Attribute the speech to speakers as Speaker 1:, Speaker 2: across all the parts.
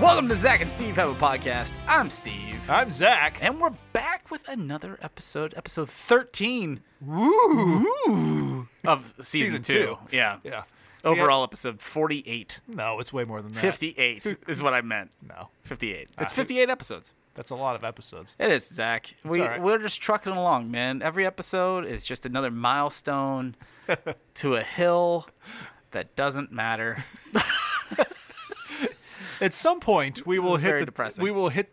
Speaker 1: Welcome to Zach and Steve Have a Podcast. I'm Steve.
Speaker 2: I'm Zach.
Speaker 1: And we're back with another episode, episode 13
Speaker 2: Woo!
Speaker 1: of season,
Speaker 2: Season
Speaker 1: two. Yeah.
Speaker 2: Yeah.
Speaker 1: Overall, episode 48.
Speaker 2: No, it's way more than that.
Speaker 1: 58 is what I meant.
Speaker 2: No,
Speaker 1: 58. It's 58 episodes.
Speaker 2: that's a lot of episodes.
Speaker 1: Ah. It is, Zach. we,
Speaker 2: all right.
Speaker 1: We're just trucking along, man. Every episode is just another milestone to a hill that doesn't matter.
Speaker 2: At some point, we will hit
Speaker 1: very
Speaker 2: the.
Speaker 1: depressing.
Speaker 2: We will hit.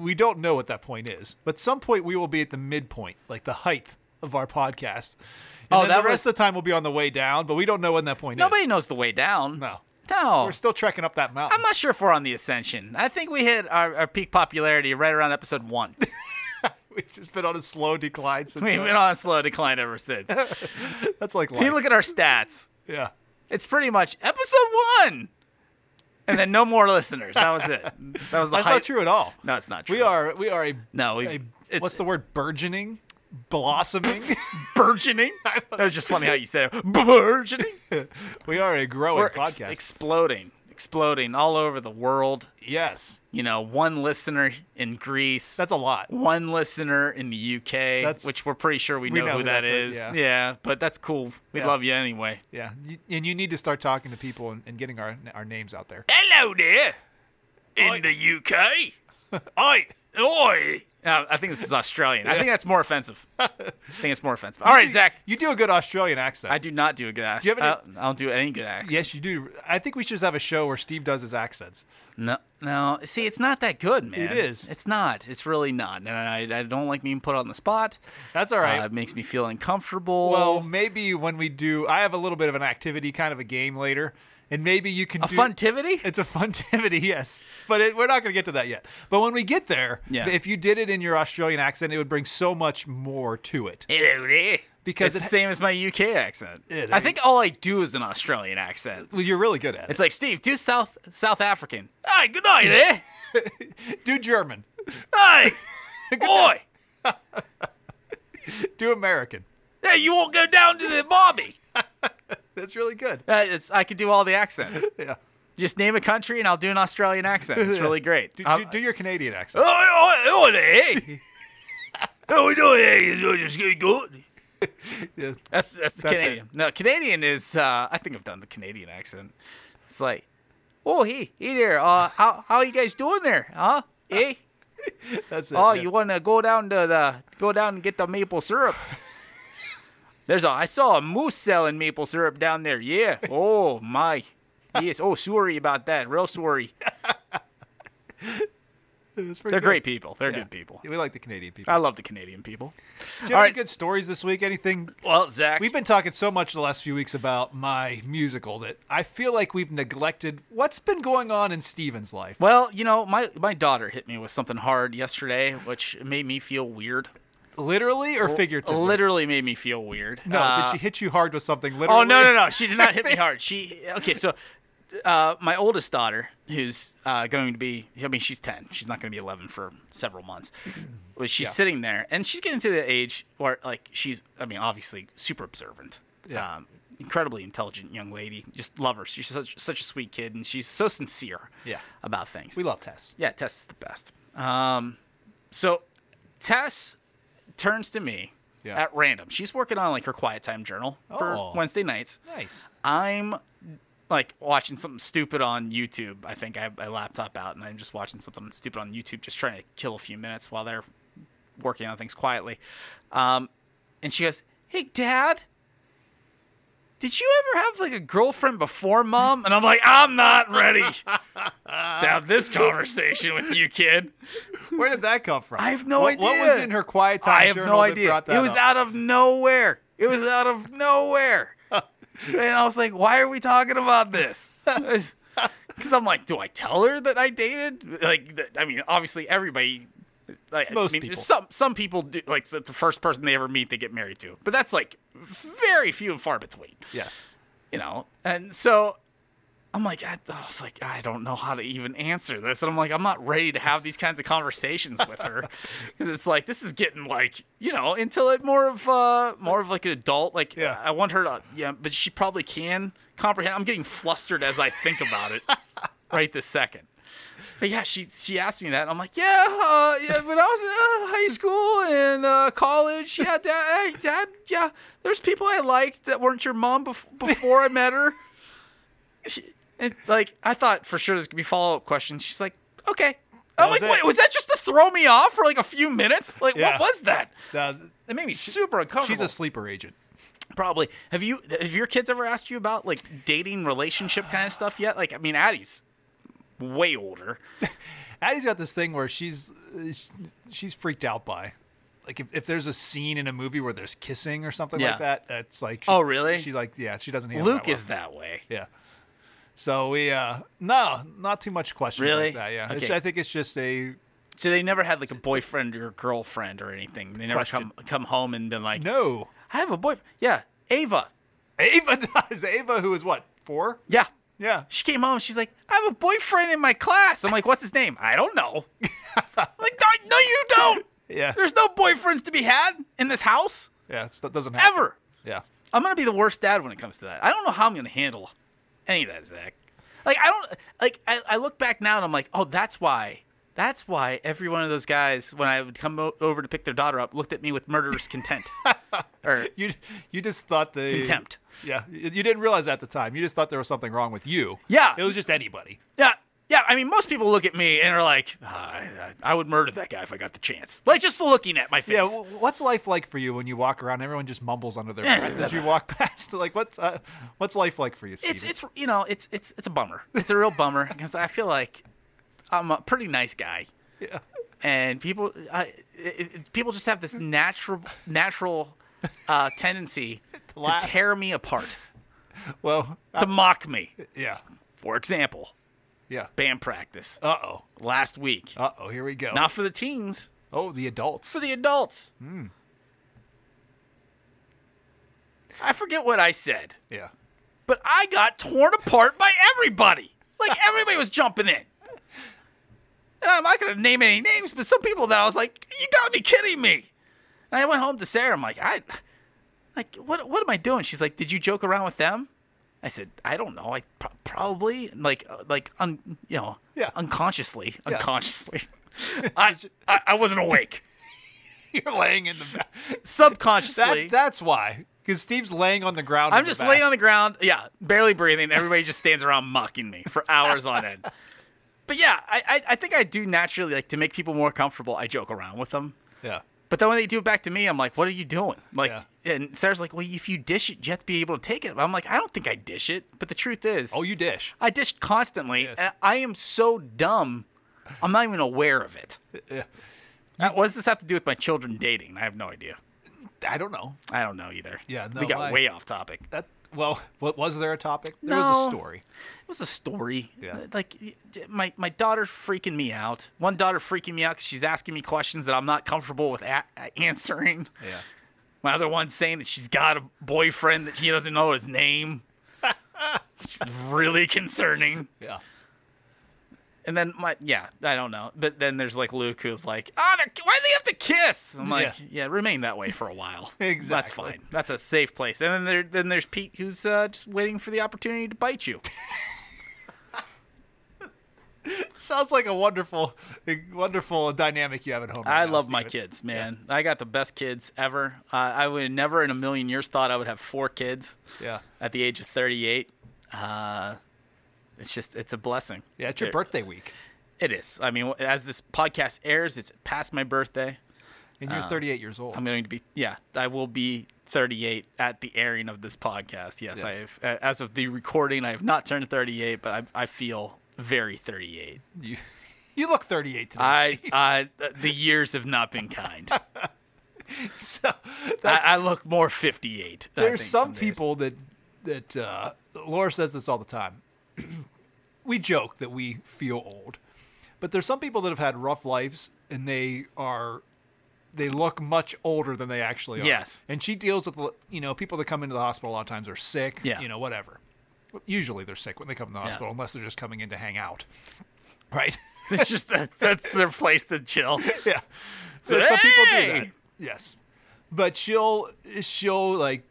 Speaker 2: We don't know what that point is, but some point we will be at the midpoint, like the height of our podcast. And
Speaker 1: Oh,
Speaker 2: then
Speaker 1: that
Speaker 2: the rest
Speaker 1: was-
Speaker 2: of the time will be on the way down, but we don't know when that point
Speaker 1: Nobody knows the way down.
Speaker 2: is. No,
Speaker 1: No.
Speaker 2: we're still trekking up that mountain.
Speaker 1: I'm not sure if we're on the ascension. I think we hit our, our peak popularity right around episode one.
Speaker 2: We've just been on a slow decline since.
Speaker 1: We've
Speaker 2: then.
Speaker 1: been on a slow decline ever since. If
Speaker 2: That's like life.
Speaker 1: you look at our stats,
Speaker 2: yeah.
Speaker 1: it's pretty much episode one, and then no more listeners. That was it. That was the
Speaker 2: That's
Speaker 1: height.
Speaker 2: not true at all.
Speaker 1: No, it's not true.
Speaker 2: We are we are a
Speaker 1: No, we-
Speaker 2: a-
Speaker 1: it's-
Speaker 2: what's the word burgeoning blossoming
Speaker 1: burgeoning. That was just funny how you said it. burgeoning.
Speaker 2: we are a growing
Speaker 1: We're ex-
Speaker 2: podcast
Speaker 1: exploding, exploding all over the world.
Speaker 2: yes
Speaker 1: You know, one listener in Greece.
Speaker 2: that's a lot
Speaker 1: one listener in the UK,
Speaker 2: That's-
Speaker 1: which we're pretty sure we,
Speaker 2: we
Speaker 1: know,
Speaker 2: know
Speaker 1: who
Speaker 2: who
Speaker 1: that
Speaker 2: that per-
Speaker 1: is.
Speaker 2: yeah.
Speaker 1: yeah. but that's cool. We
Speaker 2: Yeah.
Speaker 1: love you anyway.
Speaker 2: yeah You- and you need to start talking to people and, and getting our our names out there
Speaker 1: Hello there, in
Speaker 2: Oi.
Speaker 1: the UK.
Speaker 2: Oi!
Speaker 1: Oi! Uh, I think this is Australian. I think that's more offensive. I think it's more offensive. All right, Zach.
Speaker 2: you do a good australian accent
Speaker 1: I do not do a good accent.
Speaker 2: you have any-
Speaker 1: I, I don't do any good accent.
Speaker 2: yes you do i think we should just have a show where steve does his accents
Speaker 1: No, no. See, it's not that good, man.
Speaker 2: is.
Speaker 1: It's not. It's really not. And I, I don't like being put on the spot.
Speaker 2: that's all right
Speaker 1: Uh, it makes me feel uncomfortable.
Speaker 2: well maybe when we do i have a little bit of an activity kind of a game later and maybe you can
Speaker 1: a
Speaker 2: do,
Speaker 1: fun tivity.
Speaker 2: It's a fun activity, yes. But it, we're not going to get to that yet. But when we get there,
Speaker 1: Yeah.
Speaker 2: if you did it in your Australian accent, it would bring so much more to it.
Speaker 1: Hello there.
Speaker 2: Because
Speaker 1: it's
Speaker 2: it-
Speaker 1: the same as my UK accent.
Speaker 2: Yeah, there
Speaker 1: I
Speaker 2: you
Speaker 1: think all I do is an Australian accent.
Speaker 2: Well, you're really good at it.
Speaker 1: It's like Steve, do South South African. Hey, good night there.
Speaker 2: Do German.
Speaker 1: Hey, boy.
Speaker 2: Do American.
Speaker 1: Hey, you won't go down to the Bobby.
Speaker 2: That's really good.
Speaker 1: Uh, it's, I could do all the accents.
Speaker 2: Yeah.
Speaker 1: Just name a country and I'll do an Australian accent. It's really great.
Speaker 2: Do,
Speaker 1: Um,
Speaker 2: do, do your Canadian accent.
Speaker 1: Oi, oi, oi oh, there. How we doing here? You just getting good? Oh,
Speaker 2: Yeah.
Speaker 1: That's that's, the
Speaker 2: That's it.
Speaker 1: Canadian. No, Canadian is. Uh, I think I've done the Canadian accent. It's like, oh hey, hey there. Uh, how how you guys doing there? Huh? Hey.
Speaker 2: That's it.
Speaker 1: Oh,
Speaker 2: yeah.
Speaker 1: you want to go down to the go down and get the maple syrup? There's a I saw a moose selling maple syrup down there. Yeah. Oh my. Yes. Oh, sorry about that. Real sorry.
Speaker 2: That's pretty
Speaker 1: They're
Speaker 2: good.
Speaker 1: great people. They're
Speaker 2: Yeah.
Speaker 1: good people.
Speaker 2: We like the Canadian people.
Speaker 1: I love the Canadian people.
Speaker 2: Do you have
Speaker 1: all
Speaker 2: any
Speaker 1: right.
Speaker 2: good stories this week? Anything?
Speaker 1: Well, Zach,
Speaker 2: We've been talking so much the last few weeks about my musical that I feel like we've neglected what's been going on in Steven's life.
Speaker 1: Well, you know, my my daughter hit me with something hard yesterday, which made me feel weird.
Speaker 2: Literally or figuratively?
Speaker 1: Literally made me feel weird.
Speaker 2: No,
Speaker 1: Uh,
Speaker 2: did she hit you hard with something? Literally?
Speaker 1: Oh no no no! She did not hit me hard. She okay. So, uh, my oldest daughter, who's uh, going to be, I mean, she's ten. She's not going to be eleven for several months. But she's sitting there, and she's getting to the age where, like, she's, I mean, obviously super observant.
Speaker 2: Yeah.
Speaker 1: Um, incredibly intelligent young lady. Just love her. She's such, such a sweet kid, and she's so sincere.
Speaker 2: Yeah.
Speaker 1: About things.
Speaker 2: We love Tess.
Speaker 1: Yeah, Tess is the best. Um, so Tess turns to me
Speaker 2: Yeah.
Speaker 1: at random. She's working on like her quiet time journal
Speaker 2: Oh.
Speaker 1: for Wednesday nights.
Speaker 2: Nice.
Speaker 1: I'm like watching something stupid on YouTube. I think I have my laptop out and I'm just watching something stupid on YouTube, just trying to kill a few minutes while they're working on things quietly. Um, and she goes, "Hey, Dad." Did you ever have like a girlfriend before mom? And I'm like, I'm not ready to have this conversation with you, kid.
Speaker 2: Where did that come from?
Speaker 1: I have no
Speaker 2: what, What was
Speaker 1: idea.
Speaker 2: in her quiet time?
Speaker 1: I have
Speaker 2: journal
Speaker 1: no
Speaker 2: that
Speaker 1: idea.
Speaker 2: brought that
Speaker 1: It was
Speaker 2: up?
Speaker 1: out of nowhere. It was out of nowhere. and I was like, why are we talking about this? Because I'm like, do I tell her that I dated? Like, th- I mean, obviously everybody. Like,
Speaker 2: Most
Speaker 1: I mean,
Speaker 2: people.
Speaker 1: Some some people do like the, the first person they ever meet they get married to, but that's like very few and far between
Speaker 2: Yes.
Speaker 1: you know and so i'm like I, I was like i don't know how to even answer this and i'm like i'm not ready to have these kinds of conversations with her because it's like this is getting like you know until it more of uh more of like an adult like
Speaker 2: Yeah.
Speaker 1: i want her to yeah but she probably can comprehend i'm getting flustered as i think about it right this second But yeah, she she asked me that. And I'm like, yeah, uh, yeah. When I was in uh, high school and uh, college, yeah, dad, hey, dad, yeah. There's people I liked that weren't your mom bef- before I met her. She, and like, I thought for sure there's gonna be follow up questions. She's like, okay. I'm
Speaker 2: was
Speaker 1: like,
Speaker 2: it.
Speaker 1: wait, was that just to throw me off for like a few minutes? Like,
Speaker 2: Yeah.
Speaker 1: what was that?
Speaker 2: Uh,
Speaker 1: It made me super uncomfortable.
Speaker 2: she's a sleeper agent.
Speaker 1: Probably. Have you have your kids ever asked you about like dating, relationship kind of stuff yet? Like, I mean, Addie's way older.
Speaker 2: Addie's got this thing where she's uh, sh- she's freaked out by. Like if, if there's a scene in a movie where there's kissing or something
Speaker 1: Yeah.
Speaker 2: like that, that's like she-
Speaker 1: Oh, really?
Speaker 2: She's like yeah, she doesn't. Handle
Speaker 1: Luke
Speaker 2: that well.
Speaker 1: is that way.
Speaker 2: yeah. So we uh no, not too much questions
Speaker 1: Really?
Speaker 2: like that. Yeah, It's-
Speaker 1: Okay.
Speaker 2: I think it's just a
Speaker 1: So they never had like a boyfriend or girlfriend or anything. They never
Speaker 2: Question.
Speaker 1: come come home and been like,
Speaker 2: no.
Speaker 1: I have a boyfriend. Yeah, Ava.
Speaker 2: Ava does Ava, who is what four?
Speaker 1: Yeah.
Speaker 2: Yeah,
Speaker 1: She came home. She's like, I have a boyfriend in my class. I'm like, what's his name? I don't know. like, "No, no, you don't.
Speaker 2: Yeah.
Speaker 1: There's no boyfriends to be had in this house
Speaker 2: yeah. It's, that doesn't happen.
Speaker 1: ever.
Speaker 2: Yeah.
Speaker 1: I'm gonna be the worst dad when it comes to that. I don't know how I'm gonna handle any of that, Zach. Like I don't like I, I look back now and I'm like, oh, that's why. That's why every one of those guys, when I would come o- over to pick their daughter up, looked at me with murderous contempt. or
Speaker 2: You you just thought the
Speaker 1: Contempt.
Speaker 2: Yeah, you you didn't realize at the time. You just thought there was something wrong with you.
Speaker 1: Yeah.
Speaker 2: it was just anybody.
Speaker 1: yeah, yeah. I mean, most people look at me and are like, "Ah, I, I would murder that guy if I got the chance. Like just looking at my face.
Speaker 2: Yeah, wh- what's life like for you when you walk around? Everyone just mumbles under their
Speaker 1: Yeah.
Speaker 2: breath as you walk past. Like, what's uh, what's life like for you? Steven?
Speaker 1: it's it's you know it's it's it's a bummer. It's a real bummer because I feel like I'm a pretty nice guy. And people, I, it, it- people just have this
Speaker 2: Hmm.
Speaker 1: natural natural uh, tendency to,
Speaker 2: laugh.
Speaker 1: tear me apart,
Speaker 2: well, uh,
Speaker 1: to mock me.
Speaker 2: yeah,
Speaker 1: For example,
Speaker 2: yeah.
Speaker 1: band practice
Speaker 2: Uh oh,
Speaker 1: last week.
Speaker 2: uh oh. Here we go.
Speaker 1: Not for the teens,
Speaker 2: oh, the adults.
Speaker 1: for the adults.
Speaker 2: Hmm.
Speaker 1: I forget what I said.
Speaker 2: Yeah,
Speaker 1: but I got torn apart by everybody. Like everybody was jumping in. And I'm not gonna name any names, but some people that I was like, "You gotta be kidding me!" And I went home to Sarah. I'm like, "I, like, what? What am I doing?" She's like, "Did you joke around with them?" I said, "I don't know. I pro- probably like, uh, like, un, you know,
Speaker 2: Yeah.
Speaker 1: unconsciously, unconsciously. I, I, I wasn't awake.
Speaker 2: you're laying in the back.
Speaker 1: Subconsciously,
Speaker 2: That, that's why, because Steve's laying on the ground.
Speaker 1: I'm
Speaker 2: in the
Speaker 1: just
Speaker 2: back.
Speaker 1: laying on the ground, yeah, barely breathing. Everybody just stands around mocking me for hours on end. But yeah, I, I, I think I do naturally like to make people more comfortable. I joke around with them,
Speaker 2: Yeah,
Speaker 1: but then when they do it back to me, I'm like, "What are you doing?" Like,
Speaker 2: Yeah.
Speaker 1: and Sarah's like, "Well, if you dish it, you have to be able to take it." I'm like, "I don't think I dish it." But the truth is,
Speaker 2: oh, you dish.
Speaker 1: I dish constantly.
Speaker 2: Yes.
Speaker 1: and I am so dumb, I'm not even aware of it. Uh, What does this have to do with my children dating? I have no idea.
Speaker 2: I don't know.
Speaker 1: I don't know either.
Speaker 2: Yeah, no,
Speaker 1: we got
Speaker 2: I-
Speaker 1: way off topic.
Speaker 2: That well, what was there a topic? There was
Speaker 1: No.
Speaker 2: a story.
Speaker 1: It was a story.
Speaker 2: Yeah.
Speaker 1: Like my my daughter freaking me out. One daughter freaking me out 'cause she's asking me questions that I'm not comfortable with a- answering.
Speaker 2: Yeah,
Speaker 1: My other one's saying that she's got a boyfriend that she doesn't know his name. really concerning.
Speaker 2: yeah.
Speaker 1: And then my yeah, I don't know. But then there's like Luke who's like, ah, they're why do they have to kiss? I'm like,
Speaker 2: Yeah.
Speaker 1: yeah, remain that way for a while. That's
Speaker 2: Exactly.
Speaker 1: fine. That's a safe place. And then there then there's Pete who's uh, just waiting for the opportunity to bite you.
Speaker 2: Sounds like a wonderful, a wonderful dynamic you have at home. right
Speaker 1: I
Speaker 2: now,
Speaker 1: love my
Speaker 2: Steven.
Speaker 1: kids, man. I got the best kids ever. Uh, I would have never in a million years thought I would have four kids
Speaker 2: Yeah,
Speaker 1: at the age of 38. Uh, it's just, it's a blessing.
Speaker 2: yeah. It's your
Speaker 1: It-
Speaker 2: birthday week,
Speaker 1: It is. I mean, as this podcast airs, it's past my birthday.
Speaker 2: and
Speaker 1: Um,
Speaker 2: you're 38 years old.
Speaker 1: I'm going to be, yeah, I will be 38 at the airing of this podcast. Yes,
Speaker 2: Yes.
Speaker 1: I have, a- as of the recording, I have not turned 38, but I, I feel very 38.
Speaker 2: You, you look 38 today.
Speaker 1: I, I, the years have not been kind.
Speaker 2: so that's,
Speaker 1: I, I look more 58. I think,
Speaker 2: there's some
Speaker 1: days.
Speaker 2: people that that uh, Laura says this all the time. we joke that we feel old, but there's some people that have had rough lives and they are they look much older than they actually are.
Speaker 1: Yes.
Speaker 2: and she deals with you know people that come into the hospital a lot of times are sick.
Speaker 1: Yeah.
Speaker 2: you know whatever. Usually they're sick when they come to the hospital unless they're just coming in to hang out, right?
Speaker 1: It's just that that's their place to chill.
Speaker 2: yeah. So
Speaker 1: Say,
Speaker 2: some people do that.
Speaker 1: "Hey!"
Speaker 2: Yes. But she'll she'll like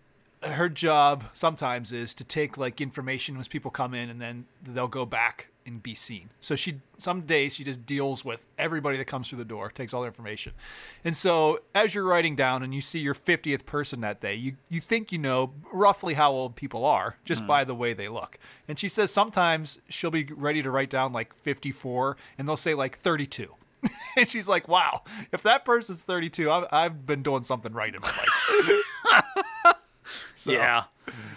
Speaker 2: her job sometimes is to take like information as people come in and then they'll go back and be seen. So she some days she just deals with everybody that comes through the door, takes all their information. And so as you're writing down and you see your 50th person that day, you you think you know roughly how old people are just by the way they look. And she says sometimes she'll be ready to write down like 54 and they'll say like 32. and she's like, "Wow, if that person's 32, I've, I've been doing something right in my life." So-
Speaker 1: Yeah,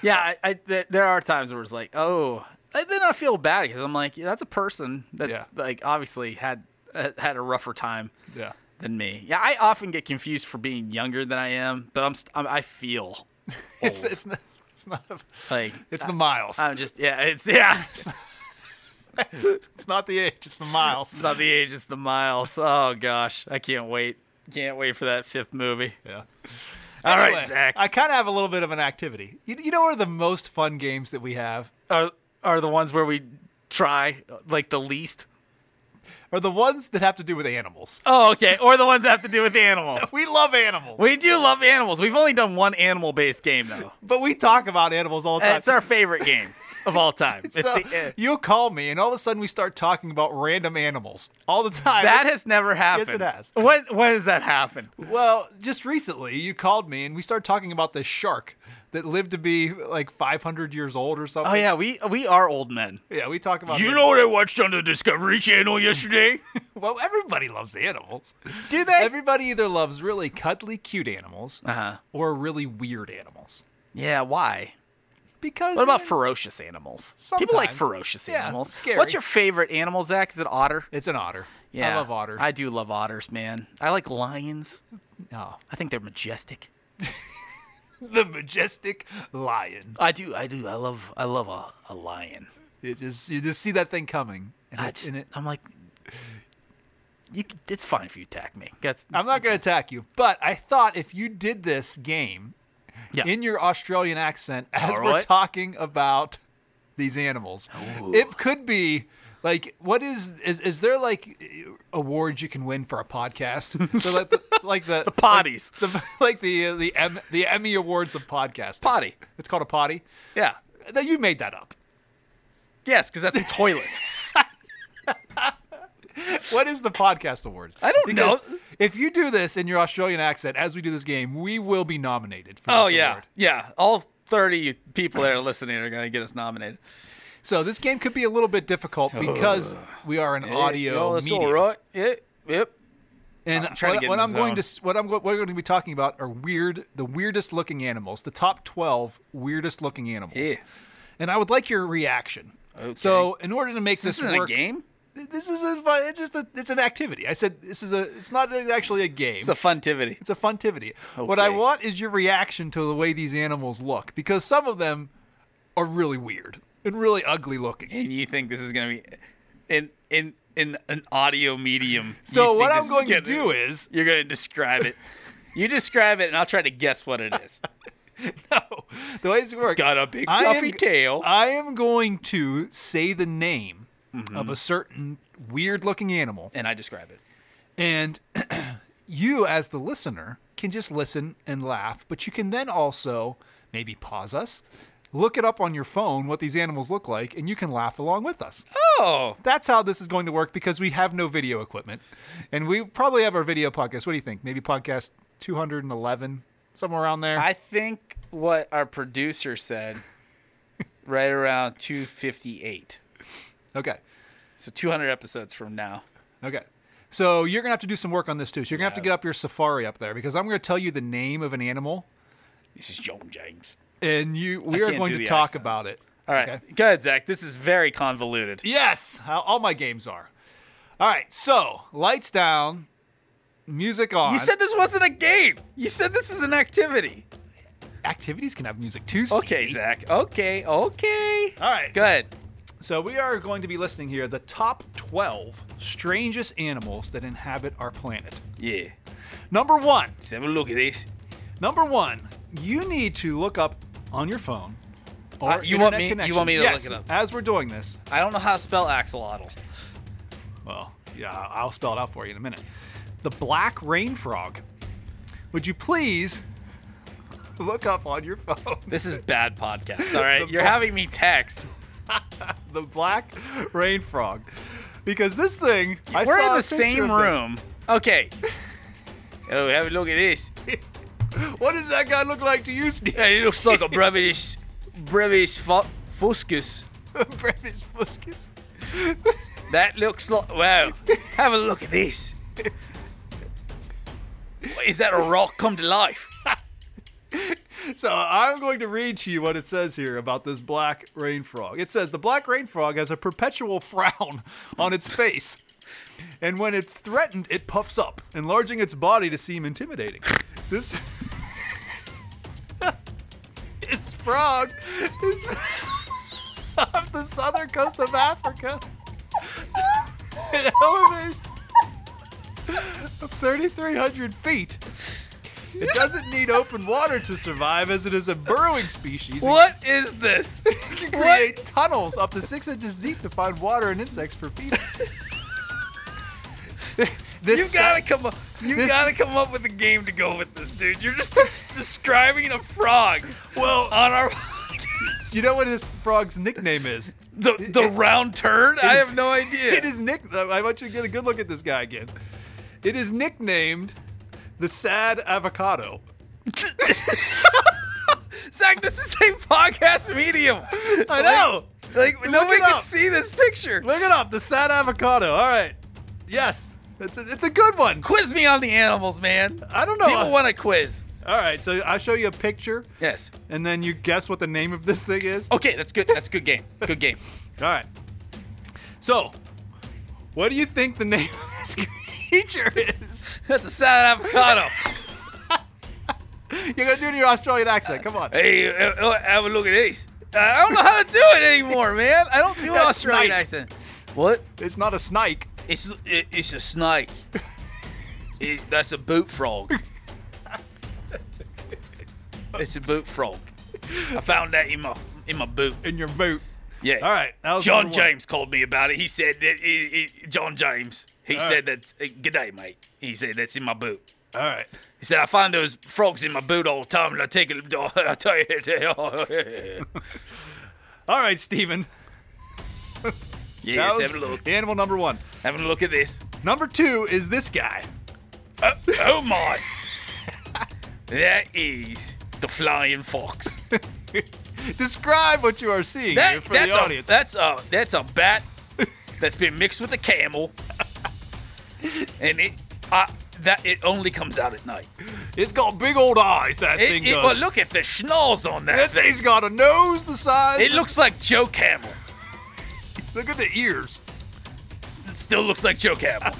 Speaker 1: yeah. I, I th- there are times where it's like, oh, and then I feel bad because I'm like, yeah, that's a person that's
Speaker 2: Yeah.
Speaker 1: like obviously had uh, had a rougher time
Speaker 2: Yeah.
Speaker 1: than me. Yeah, I often get confused for being younger than I am, but I'm, st- I'm I feel
Speaker 2: It's
Speaker 1: old.
Speaker 2: it's not, it's not a,
Speaker 1: like
Speaker 2: it's the miles.
Speaker 1: I'm just yeah, it's yeah, it's
Speaker 2: It's not the age, it's the miles.
Speaker 1: not the age, it's the miles. Oh gosh, I can't wait, can't wait for that fifth movie.
Speaker 2: Yeah.
Speaker 1: All right,
Speaker 2: Anyway,
Speaker 1: Zach,
Speaker 2: I kind of have a little bit of an activity. You, you know, what are the most fun games that we have
Speaker 1: are are the ones where we try like the least.
Speaker 2: are the ones that have to do with animals.
Speaker 1: Oh, okay. Or the ones that have to do with animals.
Speaker 2: We love animals,
Speaker 1: We do love animals. We've only done one animal based game, though.
Speaker 2: but we talk about animals all the time.
Speaker 1: It's our favorite game of all time. It's
Speaker 2: so
Speaker 1: the, uh,
Speaker 2: you call me, and all of a sudden we start talking about random animals all the time.
Speaker 1: that has never
Speaker 2: it
Speaker 1: happened.
Speaker 2: has.
Speaker 1: When, when has that happened?
Speaker 2: well, just recently you called me, and we started talking about this shark that lived to be like 500 years old or something.
Speaker 1: Oh, yeah. We we are old men.
Speaker 2: yeah. We talk about
Speaker 1: You
Speaker 2: animals.
Speaker 1: know what I watched on the Discovery Channel yesterday?
Speaker 2: Well, everybody loves animals.
Speaker 1: do they?
Speaker 2: Everybody either loves really cuddly, cute animals,
Speaker 1: uh-huh.
Speaker 2: or really weird animals.
Speaker 1: Yeah, why?
Speaker 2: Because
Speaker 1: What about
Speaker 2: they're-
Speaker 1: ferocious animals? People like
Speaker 2: Sometimes.
Speaker 1: ferocious
Speaker 2: Yeah,
Speaker 1: animals.
Speaker 2: scary.
Speaker 1: What's your favorite animal, Zach? Is it otter?
Speaker 2: It's an otter. I
Speaker 1: Yeah.
Speaker 2: love otters.
Speaker 1: I do love otters, man. I like lions.
Speaker 2: Oh.
Speaker 1: I think they're majestic.
Speaker 2: The majestic lion.
Speaker 1: I do, I do. I love, I love a, a lion.
Speaker 2: It just you just see that thing coming. And
Speaker 1: I
Speaker 2: it-
Speaker 1: just,
Speaker 2: and it-
Speaker 1: I'm like, you. c- It's fine if you attack me. That's
Speaker 2: I'm not going to attack you, but I thought if you did this game
Speaker 1: Yeah.
Speaker 2: in your Australian accent as
Speaker 1: All
Speaker 2: we're
Speaker 1: right.
Speaker 2: talking about these animals, it could be like what is is is there like awards you can win for a podcast? So like the like the, the
Speaker 1: potties.
Speaker 2: the, like the uh, the M, the Emmy awards of podcasting.
Speaker 1: potty.
Speaker 2: It's called a potty.
Speaker 1: Yeah.
Speaker 2: That you made that up.
Speaker 1: Yes, because that's a toilet.
Speaker 2: What is the podcast award?
Speaker 1: I don't know.
Speaker 2: If you do this in your Australian accent as we do this game, we will be nominated for
Speaker 1: oh
Speaker 2: this
Speaker 1: yeah,
Speaker 2: award.
Speaker 1: yeah. All thirty people that are listening are gonna get us nominated.
Speaker 2: So this game could be a little bit difficult because we are an audio medium.
Speaker 1: Yep. Yep.
Speaker 2: And
Speaker 1: I'm trying to
Speaker 2: what,
Speaker 1: get
Speaker 2: what
Speaker 1: in the
Speaker 2: I'm going
Speaker 1: zone.
Speaker 2: to s- what I'm go- what we're going to be talking about are weird, the weirdest looking animals, the top 12 weirdest looking animals.
Speaker 1: Yeah.
Speaker 2: And I would like your reaction. So in order to make
Speaker 1: This,
Speaker 2: this,
Speaker 1: isn't
Speaker 2: work,
Speaker 1: a game.
Speaker 2: th- This is a, fun- it's just a, it's an activity. I said this is a it's not actually a game.
Speaker 1: It's a funtivity.
Speaker 2: It's a funtivity. What I
Speaker 1: Okay.
Speaker 2: want is your reaction to the way these animals look because some of them are really weird and really ugly looking.
Speaker 1: And you think this is gonna be in in in an audio medium?
Speaker 2: So
Speaker 1: you
Speaker 2: what
Speaker 1: think
Speaker 2: I'm
Speaker 1: this
Speaker 2: going to
Speaker 1: gonna-
Speaker 2: do is
Speaker 1: you're gonna describe it. You describe it, and I'll try to guess what it is.
Speaker 2: no,
Speaker 1: Oh.
Speaker 2: the way this works.
Speaker 1: got a big
Speaker 2: I am
Speaker 1: fluffy
Speaker 2: g-
Speaker 1: tail.
Speaker 2: I am going to say the name
Speaker 1: Mm-hmm.
Speaker 2: of a certain weird looking animal,
Speaker 1: and I describe it.
Speaker 2: and you as the listener can just listen and laugh, but you can then also maybe pause us. Look it up on your phone what these animals look like, and you can laugh along with us.
Speaker 1: Oh,
Speaker 2: that's how this is going to work because we have no video equipment and we probably have our video podcast what do you think maybe podcast 211 somewhere around there
Speaker 1: I think what our producer said, right around 258.
Speaker 2: okay
Speaker 1: So 200 episodes from now.
Speaker 2: okay so you're gonna have to do some work on this too so you're gonna have to get up your safari up there because i'm gonna tell you the name of an animal
Speaker 1: This is John James.
Speaker 2: and you we are
Speaker 1: can't
Speaker 2: going
Speaker 1: do
Speaker 2: to
Speaker 1: the
Speaker 2: talk
Speaker 1: accent.
Speaker 2: about it
Speaker 1: All right,
Speaker 2: Okay.
Speaker 1: go ahead, Zach. This is very convoluted.
Speaker 2: yes how all my games are all right so lights down music on
Speaker 1: You said this wasn't a game. You said this is an activity.
Speaker 2: activities can have music too
Speaker 1: Okay,
Speaker 2: Stevie.
Speaker 1: Zach. Okay, okay.
Speaker 2: all right
Speaker 1: Go ahead.
Speaker 2: So we are going to be listing here the top 12 strangest animals that inhabit our planet.
Speaker 1: Yeah.
Speaker 2: Number 1.
Speaker 1: Let's have a look at this.
Speaker 2: Number 1, you need to look up on your phone or
Speaker 1: Uh, you want
Speaker 2: internet
Speaker 1: me- you
Speaker 2: connection-
Speaker 1: want me to
Speaker 2: yes,
Speaker 1: look it up?
Speaker 2: As we're doing this.
Speaker 1: I don't know how to spell axolotl.
Speaker 2: Well, yeah, I'll spell it out for you in a minute. The black rain frog. Would you please look up on your phone?
Speaker 1: This is bad podcast. All right,
Speaker 2: The
Speaker 1: you're
Speaker 2: bo-
Speaker 1: having me text.
Speaker 2: the black rain frog. Because this thing, I
Speaker 1: We're
Speaker 2: saw
Speaker 1: in
Speaker 2: a
Speaker 1: the
Speaker 2: picture
Speaker 1: same
Speaker 2: of this.
Speaker 1: room. Okay. oh, have a look at this.
Speaker 2: What does that guy look like to you, Steve?
Speaker 1: Hey, it looks like a brevis, brevis fu- fuscus.
Speaker 2: Brevis Fuscus.
Speaker 1: That looks like wow. Have a look at this. Is that a rock come to life?
Speaker 2: So I'm going to read to you what it says here about this black rain frog. It says the black rain frog has a perpetual frown on its face, and when it's threatened, it puffs up, enlarging its body to seem intimidating. This its frog is off the southern coast of Africa. An elevation of 3,300 feet. It doesn't need open water to survive, as it is a burrowing species. and
Speaker 1: What is this?
Speaker 2: can create tunnels up to six inches deep to find water and insects for feeding.
Speaker 1: You
Speaker 2: this
Speaker 1: gotta come up. You
Speaker 2: this-
Speaker 1: gotta come up with a game to go with this, dude. You're just describing a frog
Speaker 2: well,
Speaker 1: on our
Speaker 2: you know what this frog's nickname is?
Speaker 1: the the round turd. I
Speaker 2: is-
Speaker 1: have no idea.
Speaker 2: It is nick. uh, I want you to get a good look at this guy again. It is nicknamed the sad avocado.
Speaker 1: Zach. This is a podcast medium.
Speaker 2: I know.
Speaker 1: Like nobody
Speaker 2: it
Speaker 1: can
Speaker 2: up.
Speaker 1: see this picture.
Speaker 2: Look it up. The sad avocado. All right. Yes, it's a, it's a good one.
Speaker 1: Quiz me on the animals, man.
Speaker 2: I don't know.
Speaker 1: People want a quiz.
Speaker 2: All right. So I'll show you a picture,
Speaker 1: Yes.
Speaker 2: and then you guess what the name of this thing is.
Speaker 1: Okay, that's good. That's good game. Good game.
Speaker 2: All right. So, what do you think the name of this creature is?
Speaker 1: That's a sad avocado.
Speaker 2: You're gonna do it in your Australian accent. Come on.
Speaker 1: hey, uh, uh, have a look at this. I don't know how to do it anymore, man. I don't do an
Speaker 2: That's
Speaker 1: Australian
Speaker 2: snake.
Speaker 1: accent. What?
Speaker 2: It's not a snake.
Speaker 1: It's it, it's a snake. It- that's a boot frog. It's a boot frog. I found that in my in my boot.
Speaker 2: In your boot.
Speaker 1: Yeah.
Speaker 2: All right. That was
Speaker 1: John
Speaker 2: number one.
Speaker 1: James called me about it. He said that he- he- John James. He
Speaker 2: All
Speaker 1: said that. uh, Good day, mate. He said that's in my boot.
Speaker 2: All right.
Speaker 1: He said, I find those frogs in my boot all the time, and I take it. I tell you, they are."
Speaker 2: All right, Steven.
Speaker 1: yes,
Speaker 2: That was
Speaker 1: have a look.
Speaker 2: Animal number one.
Speaker 1: Have a look at this.
Speaker 2: Number two is this guy.
Speaker 1: Oh, oh my! that is the flying fox.
Speaker 2: Describe what you are seeing here
Speaker 1: That,
Speaker 2: for
Speaker 1: that's
Speaker 2: the
Speaker 1: a
Speaker 2: audience.
Speaker 1: that's a that's a bat that's been mixed with a camel, and it I, that it only comes out at night.
Speaker 2: it's got big old eyes. That
Speaker 1: It,
Speaker 2: thing
Speaker 1: it,
Speaker 2: does.
Speaker 1: well, look at the schnoz on
Speaker 2: that
Speaker 1: that.
Speaker 2: thing's got a nose the size.
Speaker 1: It looks like Joe Camel.
Speaker 2: Look at the ears.
Speaker 1: It still looks like Joe Camel.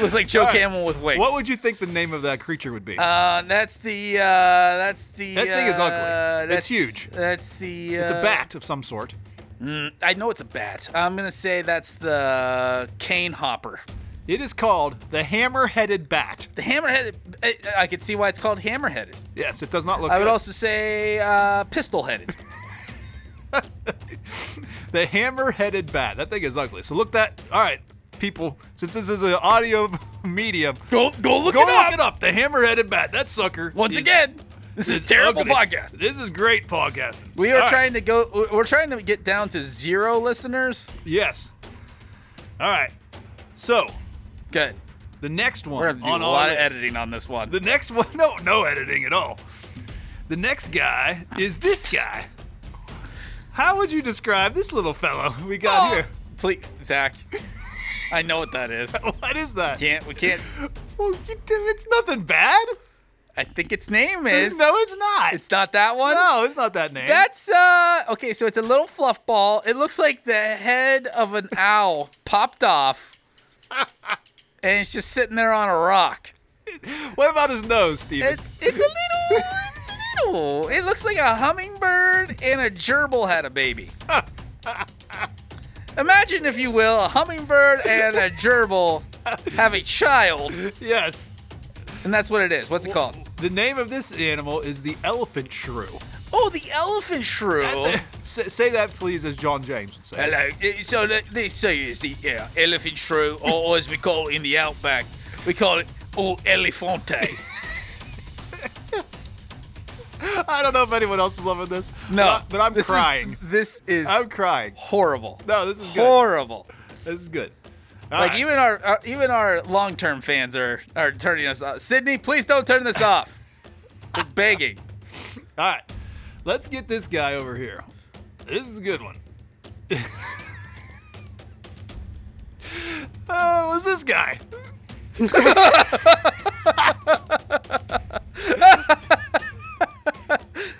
Speaker 1: looks like Joe
Speaker 2: All right.
Speaker 1: Camel with wings.
Speaker 2: What would you think the name of that creature would be?
Speaker 1: Uh, that's the uh, that's the
Speaker 2: That thing is
Speaker 1: uh,
Speaker 2: ugly.
Speaker 1: that's-
Speaker 2: It's huge.
Speaker 1: That's the uh,
Speaker 2: it's a bat of some sort.
Speaker 1: I know it's a bat. I'm gonna say that's the cane hopper.
Speaker 2: It is called the hammer-headed bat.
Speaker 1: The hammerhead. I, I could see why it's called hammerheaded.
Speaker 2: Yes, it does not look.
Speaker 1: I would
Speaker 2: good.
Speaker 1: also say uh, pistol headed.
Speaker 2: the hammer-headed bat. That thing is ugly. So look that. All right, people. Since this is an audio medium,
Speaker 1: go go look
Speaker 2: go
Speaker 1: it
Speaker 2: look
Speaker 1: up.
Speaker 2: it up. The hammer-headed bat. That sucker.
Speaker 1: Once
Speaker 2: is
Speaker 1: again, this is terrible
Speaker 2: ugly.
Speaker 1: podcast.
Speaker 2: This is great podcasting.
Speaker 1: We are
Speaker 2: All right,
Speaker 1: trying to go. We're trying to get down to zero listeners.
Speaker 2: Yes. All right. So
Speaker 1: Good.
Speaker 2: the next one
Speaker 1: We're gonna have to do
Speaker 2: on
Speaker 1: a
Speaker 2: our
Speaker 1: lot of
Speaker 2: list-
Speaker 1: editing on this one.
Speaker 2: The next one, no, no editing at all. The next guy is this guy. How would you describe this little fellow we got
Speaker 1: Oh,
Speaker 2: here?
Speaker 1: Please, Zach. I know what that is.
Speaker 2: What is that?
Speaker 1: Can't we can't?
Speaker 2: Well, you do- it's nothing bad.
Speaker 1: I think its name is.
Speaker 2: no, it's not.
Speaker 1: It's not that one.
Speaker 2: no, it's not that name.
Speaker 1: That's uh okay. So it's a little fluff ball. It looks like the head of an owl popped off, and it's just sitting there on a rock.
Speaker 2: what about his nose, Steven?
Speaker 1: It, it's a little. It's little. It looks like a hummingbird and a gerbil had a baby. Imagine, if you will, a hummingbird and a gerbil have a child,
Speaker 2: yes.
Speaker 1: and that's what it is. What's it called?
Speaker 2: The name of this animal is the elephant shrew.
Speaker 1: Oh, the elephant shrew.
Speaker 2: Say, say that, please, as John James would say.
Speaker 1: Hello. Uh, So le- let's see, it's the yeah, elephant shrew, or as we call it in the outback, oh, we call it or elefante.
Speaker 2: I don't know if anyone else is loving this.
Speaker 1: No,
Speaker 2: but, I, but I'm
Speaker 1: this is-
Speaker 2: crying.
Speaker 1: this is
Speaker 2: I'm crying.
Speaker 1: horrible.
Speaker 2: No, this is good.
Speaker 1: horrible.
Speaker 2: This is good. All
Speaker 1: Like
Speaker 2: right.
Speaker 1: even our, our even our long term fans are are turning us off. Sydney, please don't turn this off. They're begging.
Speaker 2: All right, let's get this guy over here. This is a good one. Oh, who's this guy?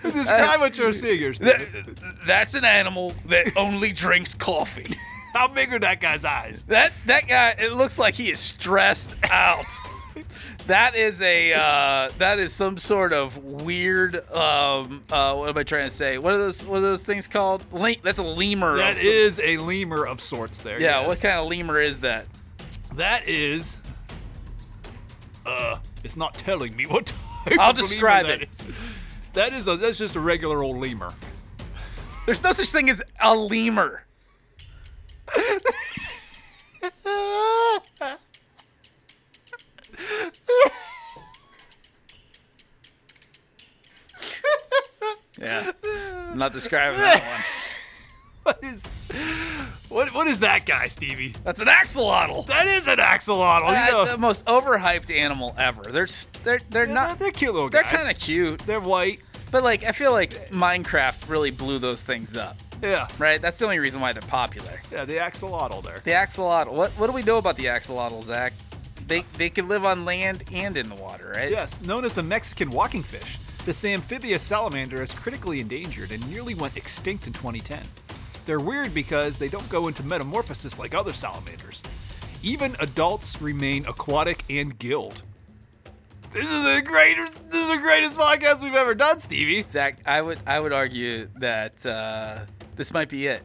Speaker 2: this guy what you're seeing here. Steve.
Speaker 1: That's an animal that only drinks coffee.
Speaker 2: How big are that guy's eyes?
Speaker 1: That that guy, it looks like he is stressed out. That is a uh, that is some sort of weird. Um, uh, what am I trying to say? What are those what are those things called? Link. That's a lemur. of
Speaker 2: That
Speaker 1: some-
Speaker 2: is a lemur of sorts. There.
Speaker 1: Yeah.
Speaker 2: yes.
Speaker 1: What kind of lemur is that?
Speaker 2: That is. Uh, it's not telling me what type
Speaker 1: I'll
Speaker 2: of lemur
Speaker 1: describe
Speaker 2: that
Speaker 1: it.
Speaker 2: is. That is a. That's just a regular old lemur.
Speaker 1: There's no such thing as a lemur. Yeah. I'm not describing that one.
Speaker 2: What is? What what is that guy, Stevie?
Speaker 1: That's an axolotl.
Speaker 2: That is an axolotl. You know.
Speaker 1: Uh, the most overhyped animal ever. They're s- they're they're
Speaker 2: They're
Speaker 1: not.
Speaker 2: They're cute little
Speaker 1: They're
Speaker 2: guys.
Speaker 1: kind of cute,
Speaker 2: They're white.
Speaker 1: but like I feel like Minecraft really blew those things up,
Speaker 2: Yeah.
Speaker 1: right? That's the only reason why they're popular.
Speaker 2: Yeah. The axolotl there.
Speaker 1: The axolotl. What what do we know about the axolotl, Zach? They they can live on land and in the water, right?
Speaker 2: Yes, known as the Mexican walking fish, this amphibious salamander is critically endangered and nearly went extinct in 2010. They're weird because they don't go into metamorphosis like other salamanders. Even adults remain aquatic and gilled. This is the greatest. This is the greatest podcast we've ever done, Stevie.
Speaker 1: Zach, I would I would argue that uh, this might be it.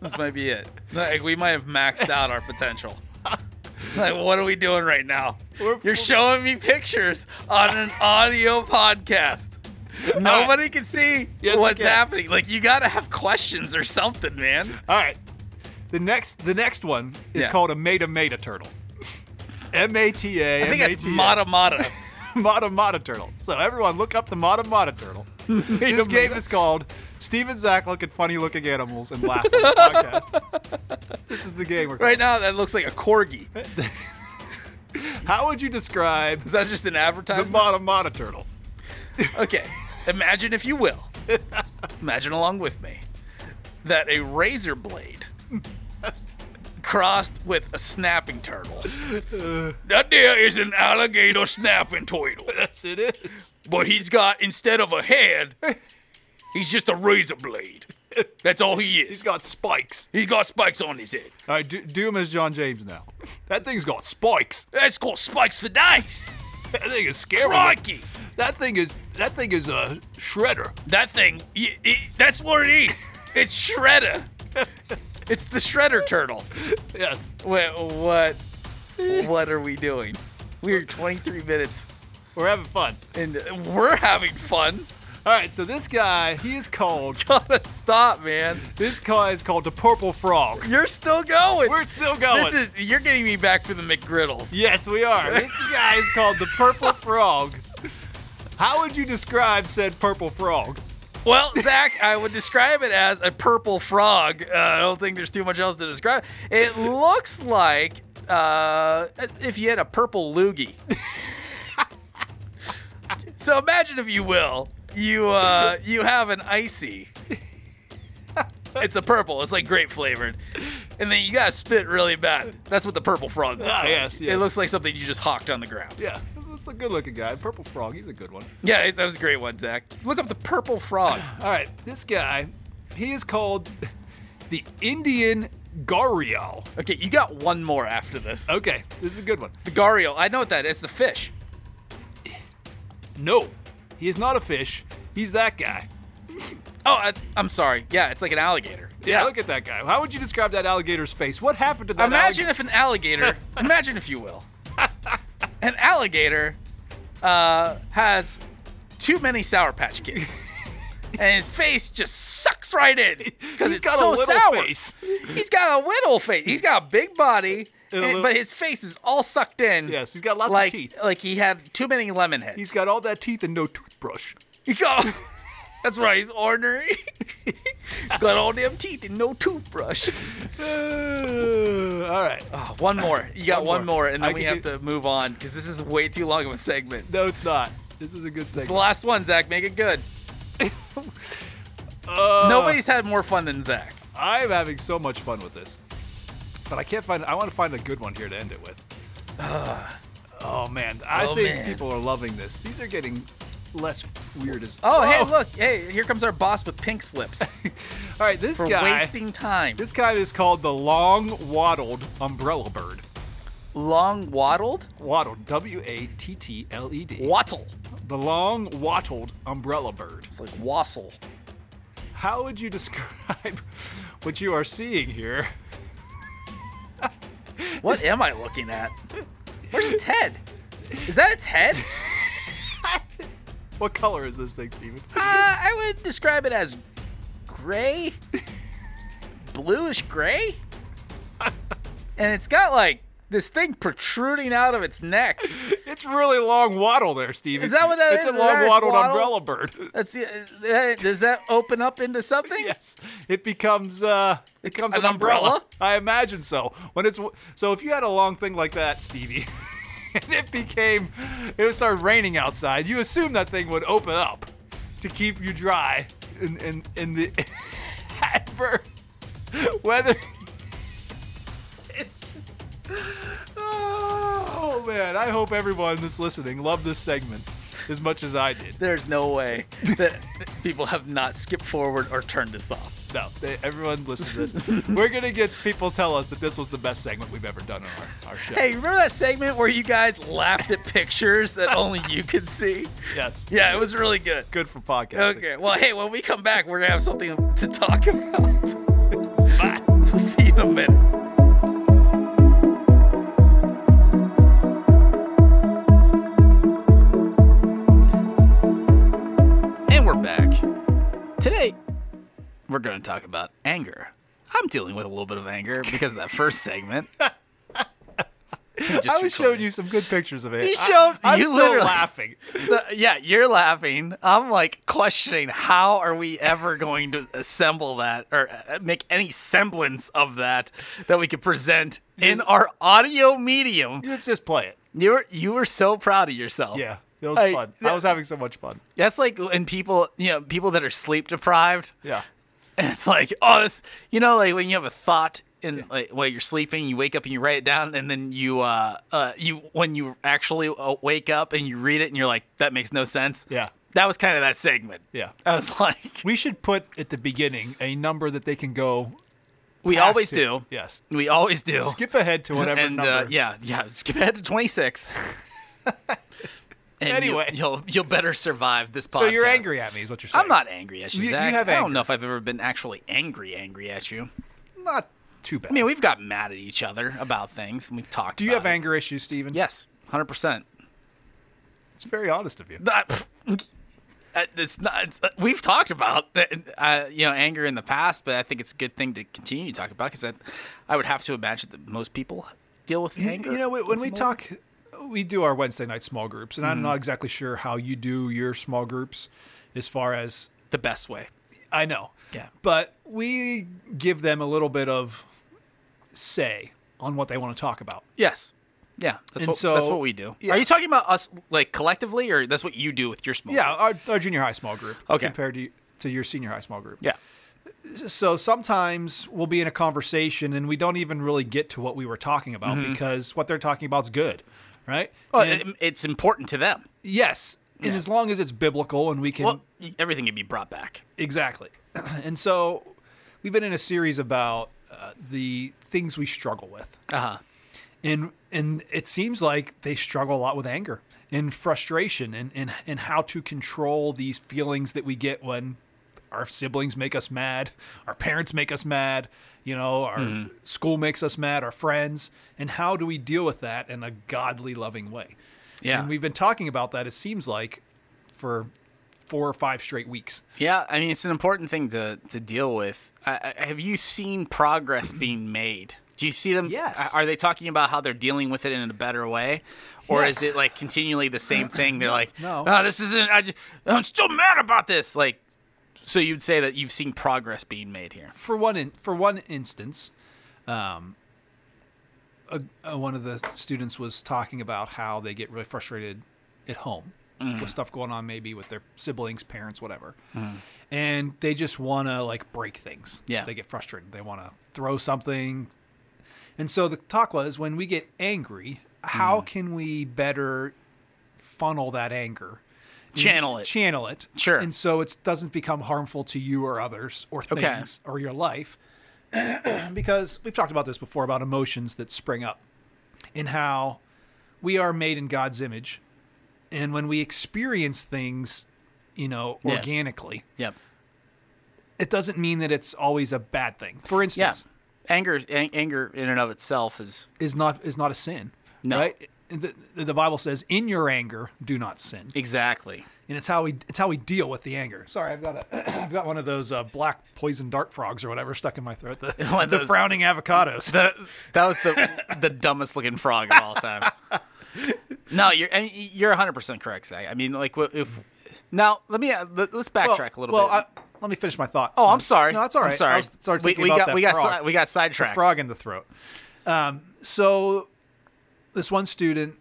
Speaker 1: this might be it. Like we might have maxed out our potential. Like what are we doing right now?
Speaker 2: We're-
Speaker 1: You're showing me pictures on an audio podcast. Nobody can see
Speaker 2: Yes, we
Speaker 1: what's
Speaker 2: can.
Speaker 1: happening. Like you gotta have questions or something, man.
Speaker 2: All right. The next, the next one is
Speaker 1: Yeah.
Speaker 2: called a mata mata turtle. M A T A.
Speaker 1: I think that's Mata Mata.
Speaker 2: Mata Mata Turtle. So everyone, look up the Mata Mata Turtle. this game is called Steve and Zach look at funny looking animals and laugh on the podcast. This is the game we're
Speaker 1: Right now that looks like a corgi.
Speaker 2: How would you describe
Speaker 1: Is that just an
Speaker 2: the
Speaker 1: advertisement?
Speaker 2: Mata Mata Turtle?
Speaker 1: Okay, imagine if you will. Imagine along with me that a razor blade crossed with a snapping turtle. That there is an alligator snapping turtle,
Speaker 2: Yes, it is.
Speaker 1: but he's got instead of a head, he's just a razor blade. That's all he
Speaker 2: He's
Speaker 1: is.
Speaker 2: got spikes.
Speaker 1: He's got spikes on his head.
Speaker 2: All right, do, do him as John James now. That thing's got spikes.
Speaker 1: That's called spikes for dice.
Speaker 2: That thing is scary.
Speaker 1: Crikey!
Speaker 2: That thing is that thing is a shredder.
Speaker 1: That thing, y it, that's what it is. It's Shredder. It's the Shredder turtle.
Speaker 2: Yes.
Speaker 1: Wait, what? What are we doing? We're 23 minutes
Speaker 2: We're having fun.
Speaker 1: and we're having fun.
Speaker 2: All right, so this guy, he is called
Speaker 1: Gotta stop, man.
Speaker 2: this guy is called the purple frog.
Speaker 1: You're still going.
Speaker 2: We're still going.
Speaker 1: this is you're getting me back for the McGriddles.
Speaker 2: Yes, we are. This guy is called the Purple Frog. How would you describe said Purple Frog?
Speaker 1: Well, Zach, I would describe it as a purple frog. Uh, I don't think there's too much else to describe. It looks like uh, if you had a purple loogie. so imagine, if you will, you uh, you have an icy. It's a purple. It's like grape flavored, and then you gotta spit really bad. That's what the purple frog looks
Speaker 2: Ah,
Speaker 1: like.
Speaker 2: yes, yes.
Speaker 1: It looks like something you just hawked on the ground.
Speaker 2: Yeah, that's a good looking guy. Purple Frog, he's a good one.
Speaker 1: Yeah, that was a great one, Zach. Look up the purple frog.
Speaker 2: All right, this guy, he is called the Indian Garial.
Speaker 1: Okay, you got one more after this.
Speaker 2: Okay, this is a good one.
Speaker 1: The Gario, I know what that is. The fish.
Speaker 2: No, he is not a fish. He's that guy.
Speaker 1: Oh, I, I'm sorry. Yeah, it's like an alligator.
Speaker 2: Yeah, look at that guy. How would you describe that alligator's face? What happened to that
Speaker 1: imagine if an alligator, imagine if you will, an alligator uh, has too many Sour Patch Kids, and his face just sucks right in because
Speaker 2: He's
Speaker 1: it's
Speaker 2: got a
Speaker 1: so
Speaker 2: little
Speaker 1: sour.
Speaker 2: face.
Speaker 1: He's got a little face. He's got a big body,
Speaker 2: And
Speaker 1: and-
Speaker 2: a little-
Speaker 1: but his face is all sucked in.
Speaker 2: Yes, he's got lots of
Speaker 1: like,
Speaker 2: teeth.
Speaker 1: Like he had too many lemon heads.
Speaker 2: He's got all that teeth and no toothbrush.
Speaker 1: You go. That's right. He's ordinary. Got all them teeth and no toothbrush.
Speaker 2: Uh, all right.
Speaker 1: Oh, one more. You got
Speaker 2: One
Speaker 1: one
Speaker 2: more.
Speaker 1: more, and then
Speaker 2: I
Speaker 1: we
Speaker 2: can
Speaker 1: have to move on because this is way too long of a segment.
Speaker 2: No, it's not. This is a good
Speaker 1: It's the
Speaker 2: segment.
Speaker 1: last one, Zach. Make it good.
Speaker 2: Uh,
Speaker 1: Nobody's had more fun than Zach.
Speaker 2: I'm having so much fun with this, but I can't find. I want to find a good one here to end it with. oh man, I
Speaker 1: Oh,
Speaker 2: think
Speaker 1: man.
Speaker 2: people are loving this. These are getting less weird as.
Speaker 1: Oh, hey,
Speaker 2: Whoa.
Speaker 1: look. Hey, here comes our boss with pink slips
Speaker 2: All right, this
Speaker 1: for
Speaker 2: guy.
Speaker 1: wasting time.
Speaker 2: This guy is called the long waddled umbrella bird.
Speaker 1: long waddled
Speaker 2: Waddled, W A T T L E D.
Speaker 1: wattle.
Speaker 2: The long wattled umbrella bird.
Speaker 1: It's like wassail.
Speaker 2: How would you describe what you are seeing here?
Speaker 1: What am I looking at? Where's its head? Is that its head?
Speaker 2: What color is this thing, Steven?
Speaker 1: Uh, I would describe it as gray, bluish gray, and it's got like this thing protruding out of its neck.
Speaker 2: It's really long waddle there, Steven.
Speaker 1: Is that what that
Speaker 2: it's
Speaker 1: is?
Speaker 2: a
Speaker 1: Is
Speaker 2: long
Speaker 1: that its
Speaker 2: waddled
Speaker 1: waddle?
Speaker 2: umbrella bird.
Speaker 1: That's the, is that- does that open up into something?
Speaker 2: yes. It becomes uh it becomes an,
Speaker 1: An
Speaker 2: umbrella.
Speaker 1: umbrella?
Speaker 2: I imagine so. When it's so if you had a long thing like that, Stevie, and it became it would start raining outside, you assume that thing would open up to keep you dry in in, in the adverse weather. Oh man, I hope everyone that's listening loved this segment as much as I did.
Speaker 1: There's no way that people have not skipped forward or turned this off.
Speaker 2: No, they, everyone listen to this. We're gonna get people tell us that this was the best segment we've ever done on our, our show.
Speaker 1: Hey, remember that segment where you guys laughed at pictures that only you could see?
Speaker 2: yes,
Speaker 1: Yeah, it was really good.
Speaker 2: good for podcasting.
Speaker 1: Okay. Well, hey, when we come back, we're going to have something to talk about. Bye. We'll see you in a minute. And we're back. Today, we're going to talk about anger. I'm dealing with a little bit of anger because of that first segment.
Speaker 2: I was showing you some good pictures of it.
Speaker 1: You
Speaker 2: I-
Speaker 1: showed-
Speaker 2: I'm
Speaker 1: you
Speaker 2: still
Speaker 1: literally-
Speaker 2: laughing.
Speaker 1: The- yeah, you're laughing. I'm like questioning how are we ever going to assemble that or uh, make any semblance of that that we could present in our audio medium.
Speaker 2: Let's just play it.
Speaker 1: You were you were so proud of yourself.
Speaker 2: Yeah, it was
Speaker 1: Like,
Speaker 2: fun. I
Speaker 1: that-
Speaker 2: was having so much fun.
Speaker 1: That's like when people, you know, people that are sleep deprived
Speaker 2: Yeah,
Speaker 1: and it's like, oh, this, you know, like when you have a thought and like while you're sleeping, you wake up and you write it down, and then you, uh, uh, you when you actually uh, wake up and you read it, and you're like, that makes no sense.
Speaker 2: Yeah.
Speaker 1: that was kind of that segment.
Speaker 2: Yeah.
Speaker 1: I was like,
Speaker 2: we should put at the beginning a number that they can go.
Speaker 1: we
Speaker 2: past
Speaker 1: always
Speaker 2: to.
Speaker 1: do.
Speaker 2: Yes.
Speaker 1: we always do.
Speaker 2: Skip ahead to whatever
Speaker 1: and
Speaker 2: number.
Speaker 1: Uh, yeah, yeah, skip ahead to 26. and
Speaker 2: Anyway.
Speaker 1: you'll, you'll you'll better survive this podcast.
Speaker 2: So you're angry at me, is what you're saying?
Speaker 1: I'm not angry at you,
Speaker 2: You- you
Speaker 1: Zach.
Speaker 2: have
Speaker 1: I
Speaker 2: anger.
Speaker 1: don't know if I've ever been actually angry, angry at you.
Speaker 2: Not too bad.
Speaker 1: I mean, we've got mad at each other about things, and we've talked.
Speaker 2: do you
Speaker 1: about
Speaker 2: have
Speaker 1: it.
Speaker 2: anger issues, Steven?
Speaker 1: Yes, hundred percent.
Speaker 2: It's very honest of you.
Speaker 1: uh, It's not. It's, we've talked about uh, you know anger in the past, but I think it's a good thing to continue to talk about because I, I would have to imagine that most people deal with anger.
Speaker 2: You know, when
Speaker 1: It's
Speaker 2: we
Speaker 1: more-
Speaker 2: talk, we do our Wednesday night small groups, and
Speaker 1: Mm-hmm.
Speaker 2: I'm not exactly sure how you do your small groups as far as
Speaker 1: the best way.
Speaker 2: I know.
Speaker 1: Yeah.
Speaker 2: But we give them a little bit of say on what they want to talk about.
Speaker 1: Yes. Yeah, that's
Speaker 2: And
Speaker 1: what
Speaker 2: so-
Speaker 1: that's what we do.
Speaker 2: yeah.
Speaker 1: Are you talking about us like collectively, or that's what you do with your small?
Speaker 2: Yeah,
Speaker 1: group?
Speaker 2: our, our junior high small group
Speaker 1: Okay.
Speaker 2: compared to to your senior high small group.
Speaker 1: yeah.
Speaker 2: So sometimes we'll be in a conversation and we don't even really get to what we were talking about because what they're talking about is good, right?
Speaker 1: Mm-hmm. Well,
Speaker 2: And-
Speaker 1: it- it's important to them.
Speaker 2: yes. And
Speaker 1: Yeah.
Speaker 2: as long as it's biblical and we can
Speaker 1: Well, everything can be brought back.
Speaker 2: Exactly. And so we've been in a series about uh, the things we struggle with.
Speaker 1: Uh huh.
Speaker 2: And and it seems like they struggle a lot with anger and frustration and, and, and how to control these feelings that we get when our siblings make us mad, our parents make us mad, you know, our school makes us mad, our friends, and how do we deal with that in a godly loving way?
Speaker 1: Yeah.
Speaker 2: And we've been talking about that it seems like for four or five straight weeks.
Speaker 1: Yeah, I mean it's an important thing to to deal with. I, I, have you seen progress being made Do you see them?
Speaker 3: Yes.
Speaker 1: Are they talking about how they're dealing with it in a better way? Or is
Speaker 2: Yes.
Speaker 1: it like continually the same thing? They're like,
Speaker 2: no.
Speaker 1: "Ah, this isn't, I, am still mad about this. Like, so you'd say that you've seen progress being made here.
Speaker 2: for one in, for one instance, um, a, a, one of the students was talking about how they get really frustrated at home with stuff going on, maybe with their siblings, parents, whatever, and they just want to like break things.
Speaker 1: Yeah.
Speaker 2: they get frustrated. They want to throw something. And so the talk was when we get angry, how can we better funnel that anger?
Speaker 1: Channel it.
Speaker 2: channel it.
Speaker 1: Sure.
Speaker 2: And so it doesn't become harmful to you or others or
Speaker 1: Okay.
Speaker 2: things or your life. because we've talked about this before about emotions that spring up and how we are made in God's image. And when we experience things, you know,
Speaker 1: Yeah.
Speaker 2: organically,
Speaker 1: Yep.
Speaker 2: it doesn't mean that it's always a bad thing. For
Speaker 1: Yeah.
Speaker 2: instance,
Speaker 1: Anger, is- an- anger in and of itself is
Speaker 2: is not is not a sin.
Speaker 1: No.
Speaker 2: Right? The, the Bible says, "In your anger, do not sin."
Speaker 1: exactly.
Speaker 2: and it's how we it's how we deal with the anger. Sorry, I've got a I've got one of those uh, black poison dart frogs or whatever stuck in my throat. The,
Speaker 1: One of
Speaker 2: the
Speaker 1: those-
Speaker 2: frowning avocados.
Speaker 1: The, that was the the dumbest looking frog of all time. No, you're and you're 100 percent correct, Zach. I mean, like, wh- if now let me uh, let- let's backtrack a little
Speaker 2: well,
Speaker 1: bit.
Speaker 2: I, let me finish my thought.
Speaker 1: oh, I'm sorry.
Speaker 2: No, that's all right.
Speaker 1: I'm sorry.
Speaker 2: I was- started
Speaker 1: we,
Speaker 2: thinking
Speaker 1: we
Speaker 2: about
Speaker 1: got
Speaker 2: that
Speaker 1: we got
Speaker 2: frog.
Speaker 1: si- we got sidetracked.
Speaker 2: frog in the throat. Um, so this one student,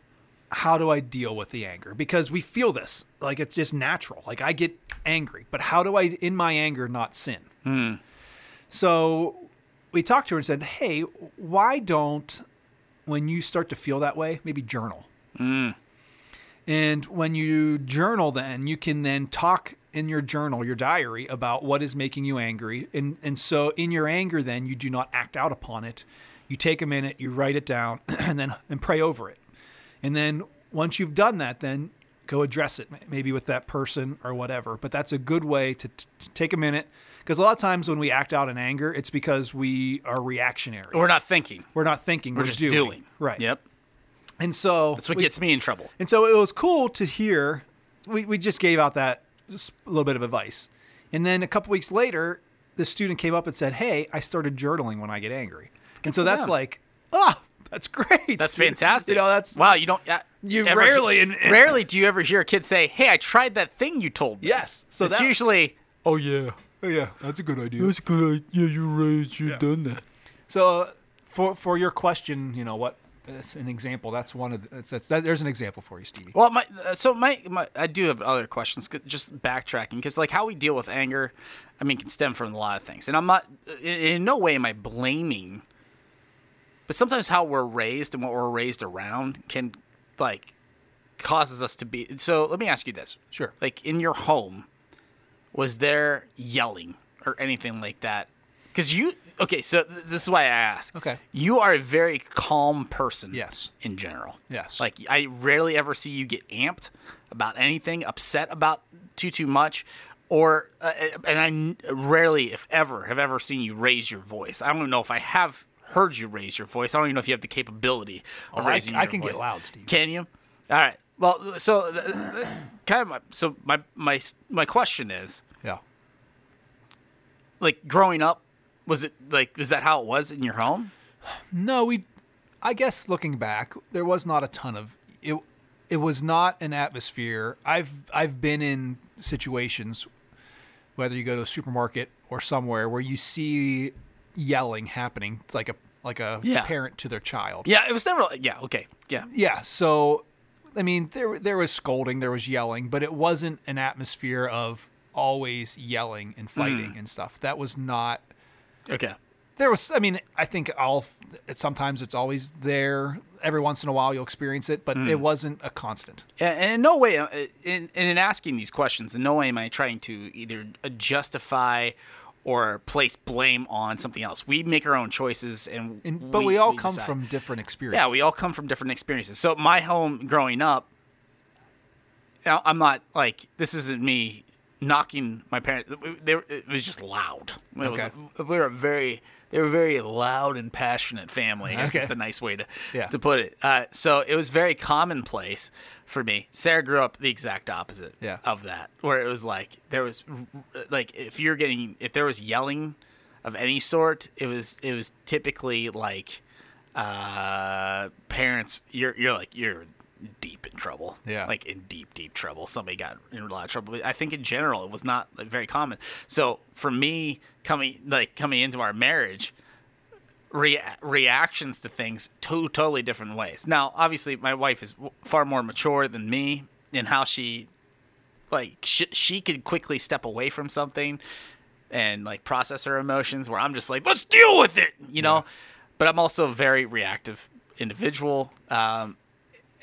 Speaker 2: how do I deal with the anger? Because we feel this like it's just natural. Like I get angry, but how do I, in my anger, not sin?
Speaker 1: Hmm.
Speaker 2: So we talked to her and said, "Hey, why don't when you start to feel that way, maybe journal." And when you journal, then you can then talk in your journal, your diary, about what is making you angry. And and so in your anger, then you do not act out upon it. You take a minute, you write it down, and then and pray over it. And then once you've done that, then go address it, m- maybe with that person or whatever. But that's a good way to, t- to take a minute because a lot of times when we act out in anger, it's because we are reactionary.
Speaker 1: We're not thinking.
Speaker 2: We're not thinking. We're,
Speaker 1: We're just
Speaker 2: doing.
Speaker 1: doing.
Speaker 2: Right.
Speaker 1: Yep.
Speaker 2: And so
Speaker 1: That's what
Speaker 2: we-
Speaker 1: gets me in trouble.
Speaker 2: and so it was cool to hear. We, we just gave out that just a little bit of advice. And then a couple weeks later, the student came up and said, Hey, I started journaling when I get angry. And so that's
Speaker 1: them.
Speaker 2: like, Oh, that's great.
Speaker 1: That's fantastic.
Speaker 2: You know, that's
Speaker 1: wow. You don't. Uh,
Speaker 2: You
Speaker 1: ever-
Speaker 2: rarely in- in-
Speaker 1: rarely do you ever hear a kid say, "Hey, I tried that thing you told me."
Speaker 2: yes. So
Speaker 1: it's
Speaker 2: that,
Speaker 1: usually
Speaker 4: Oh yeah,
Speaker 2: oh, yeah, that's a good idea.
Speaker 4: that's good. Yeah, you're right. You done that.
Speaker 2: So uh, for for your question, you know what? That's an example. That's one of the, that's, that's that, there's an example for you, Stevie.
Speaker 1: Well, my uh, so my, my I do have other questions. 'cause- Just backtracking because like how we deal with anger, I mean, can stem from a lot of things. And I'm not in, in no way am I blaming, but sometimes how we're raised and what we're raised around can like causes us to be. So let me ask you this:
Speaker 2: Sure.
Speaker 1: like in your home, was there yelling or anything like that? Because you okay, so th- this is why I ask.
Speaker 2: Okay.
Speaker 1: you are a very calm person.
Speaker 2: Yes.
Speaker 1: in general.
Speaker 2: Yes.
Speaker 1: Like I rarely ever see you get amped about anything, upset about too too much, or uh, and I n- rarely, if ever, have ever seen you raise your voice. I don't even know if I have heard you raise your voice. I don't even know if you have the capability of
Speaker 2: Oh, I-
Speaker 1: raising.
Speaker 2: I
Speaker 1: your
Speaker 2: can get
Speaker 1: voice.
Speaker 2: loud, Steve.
Speaker 1: Can you? All right. Well, so th- th- kind of my, so my my my question is
Speaker 2: Yeah.
Speaker 1: like growing up was it like is that how it was in your home?
Speaker 2: No, we. I guess looking back, there was not a ton of it. It was not an atmosphere. I've I've been in situations, whether you go to a supermarket or somewhere, where you see yelling happening, It's like a like a
Speaker 1: Yeah.
Speaker 2: parent to their child.
Speaker 1: Yeah, it was never. like Yeah, okay, yeah,
Speaker 2: yeah so i mean there there was scolding there was yelling but it wasn't an atmosphere of always yelling and fighting
Speaker 1: Mm.
Speaker 2: and stuff that was not
Speaker 1: okay.
Speaker 2: there was i mean i think all sometimes it's always there every once in a while you'll experience it but it wasn't a constant
Speaker 1: And- And in no way, uh, in, in asking these questions, in no way am I trying to either uh, justify or place blame on something else. We make our own choices, and,
Speaker 2: and, but we, all come
Speaker 1: decide.
Speaker 2: from different experiences
Speaker 1: yeah, we all come from different experiences. So my home growing up, now, I'm not like this isn't me knocking my parents. They were, it was just loud. It
Speaker 2: Okay.
Speaker 1: was, we were a very they were a very loud and passionate family. I guess
Speaker 2: Okay.
Speaker 1: is the nice way to
Speaker 2: Yeah.
Speaker 1: to put it. Uh, so it was very commonplace for me. Sarah grew up the exact opposite
Speaker 2: Yeah.
Speaker 1: of that, where it was like there was like if you're getting if there was yelling of any sort, it was it was typically like uh, parents, you're you're like you're deep in trouble.
Speaker 2: Yeah.
Speaker 1: like in deep deep trouble. Somebody got in a lot of trouble. But I think in general it was not like, very common. So for me coming like coming into our marriage, rea- reactions to things two totally different ways. Now, obviously, my wife is w- far more mature than me in how she, like, she, she could quickly step away from something and like process her emotions. Where I'm just like, let's deal with it, you know. But I'm also a very reactive individual, um,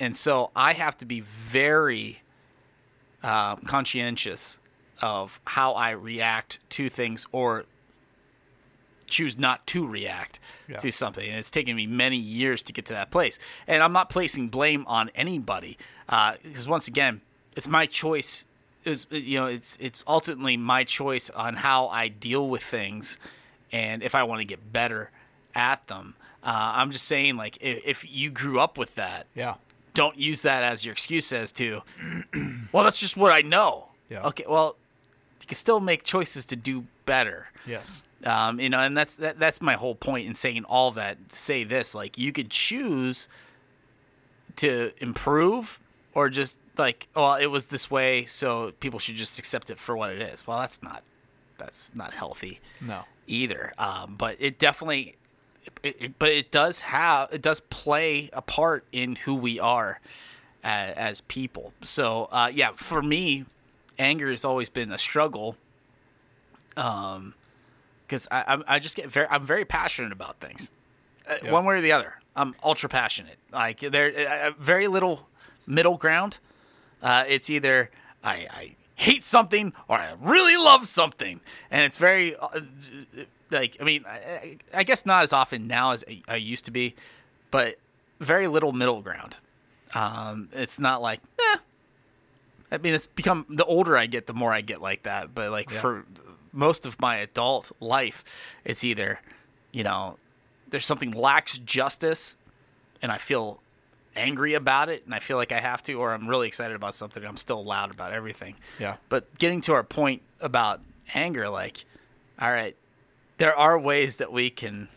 Speaker 1: and so I have to be very um, conscientious of how I react to things or choose not to react
Speaker 2: Yeah.
Speaker 1: to something. And it's taken me many years to get to that place. And I'm not placing blame on anybody because once again, it's my choice. Is you know, it's it's ultimately my choice on how I deal with things, and if I want to get better at them. Uh, I'm just saying, like, if, if you grew up with that,
Speaker 2: Yeah.
Speaker 1: don't use that as your excuse as to, well, that's just what I know.
Speaker 2: Yeah.
Speaker 1: Okay. Well, you can still make choices to do better.
Speaker 2: Yes.
Speaker 1: Um, you know, and that's that, that's my whole point in saying all that. Say this, like you could choose to improve, or just like, well, it was this way, so people should just accept it for what it is. Well, that's not that's not healthy
Speaker 2: No.
Speaker 1: either. Um, but it definitely, it, it, but it does have it does play a part in who we are uh, as people. So uh, yeah, for me, anger has always been a struggle. Um, because I I'm- I just get very I'm very passionate about things, uh,
Speaker 2: Yeah.
Speaker 1: one way or the other. I'm ultra passionate. Like there, uh, uh, very little middle ground. Uh, it's either I, I hate something or I really love something, and it's very uh, like I mean I- I, I guess not as often now as I- I used to be, but very little middle ground. Um, it's not like eh. I mean, it's become the older I get, the more I get like that. But like for most of my adult life, it's either you know there's something lacks justice and I feel angry about it and I feel like I have to, or I'm really excited about something and I'm still loud about everything.
Speaker 2: Yeah.
Speaker 1: But getting to our point about anger, like, all right, there are ways that we can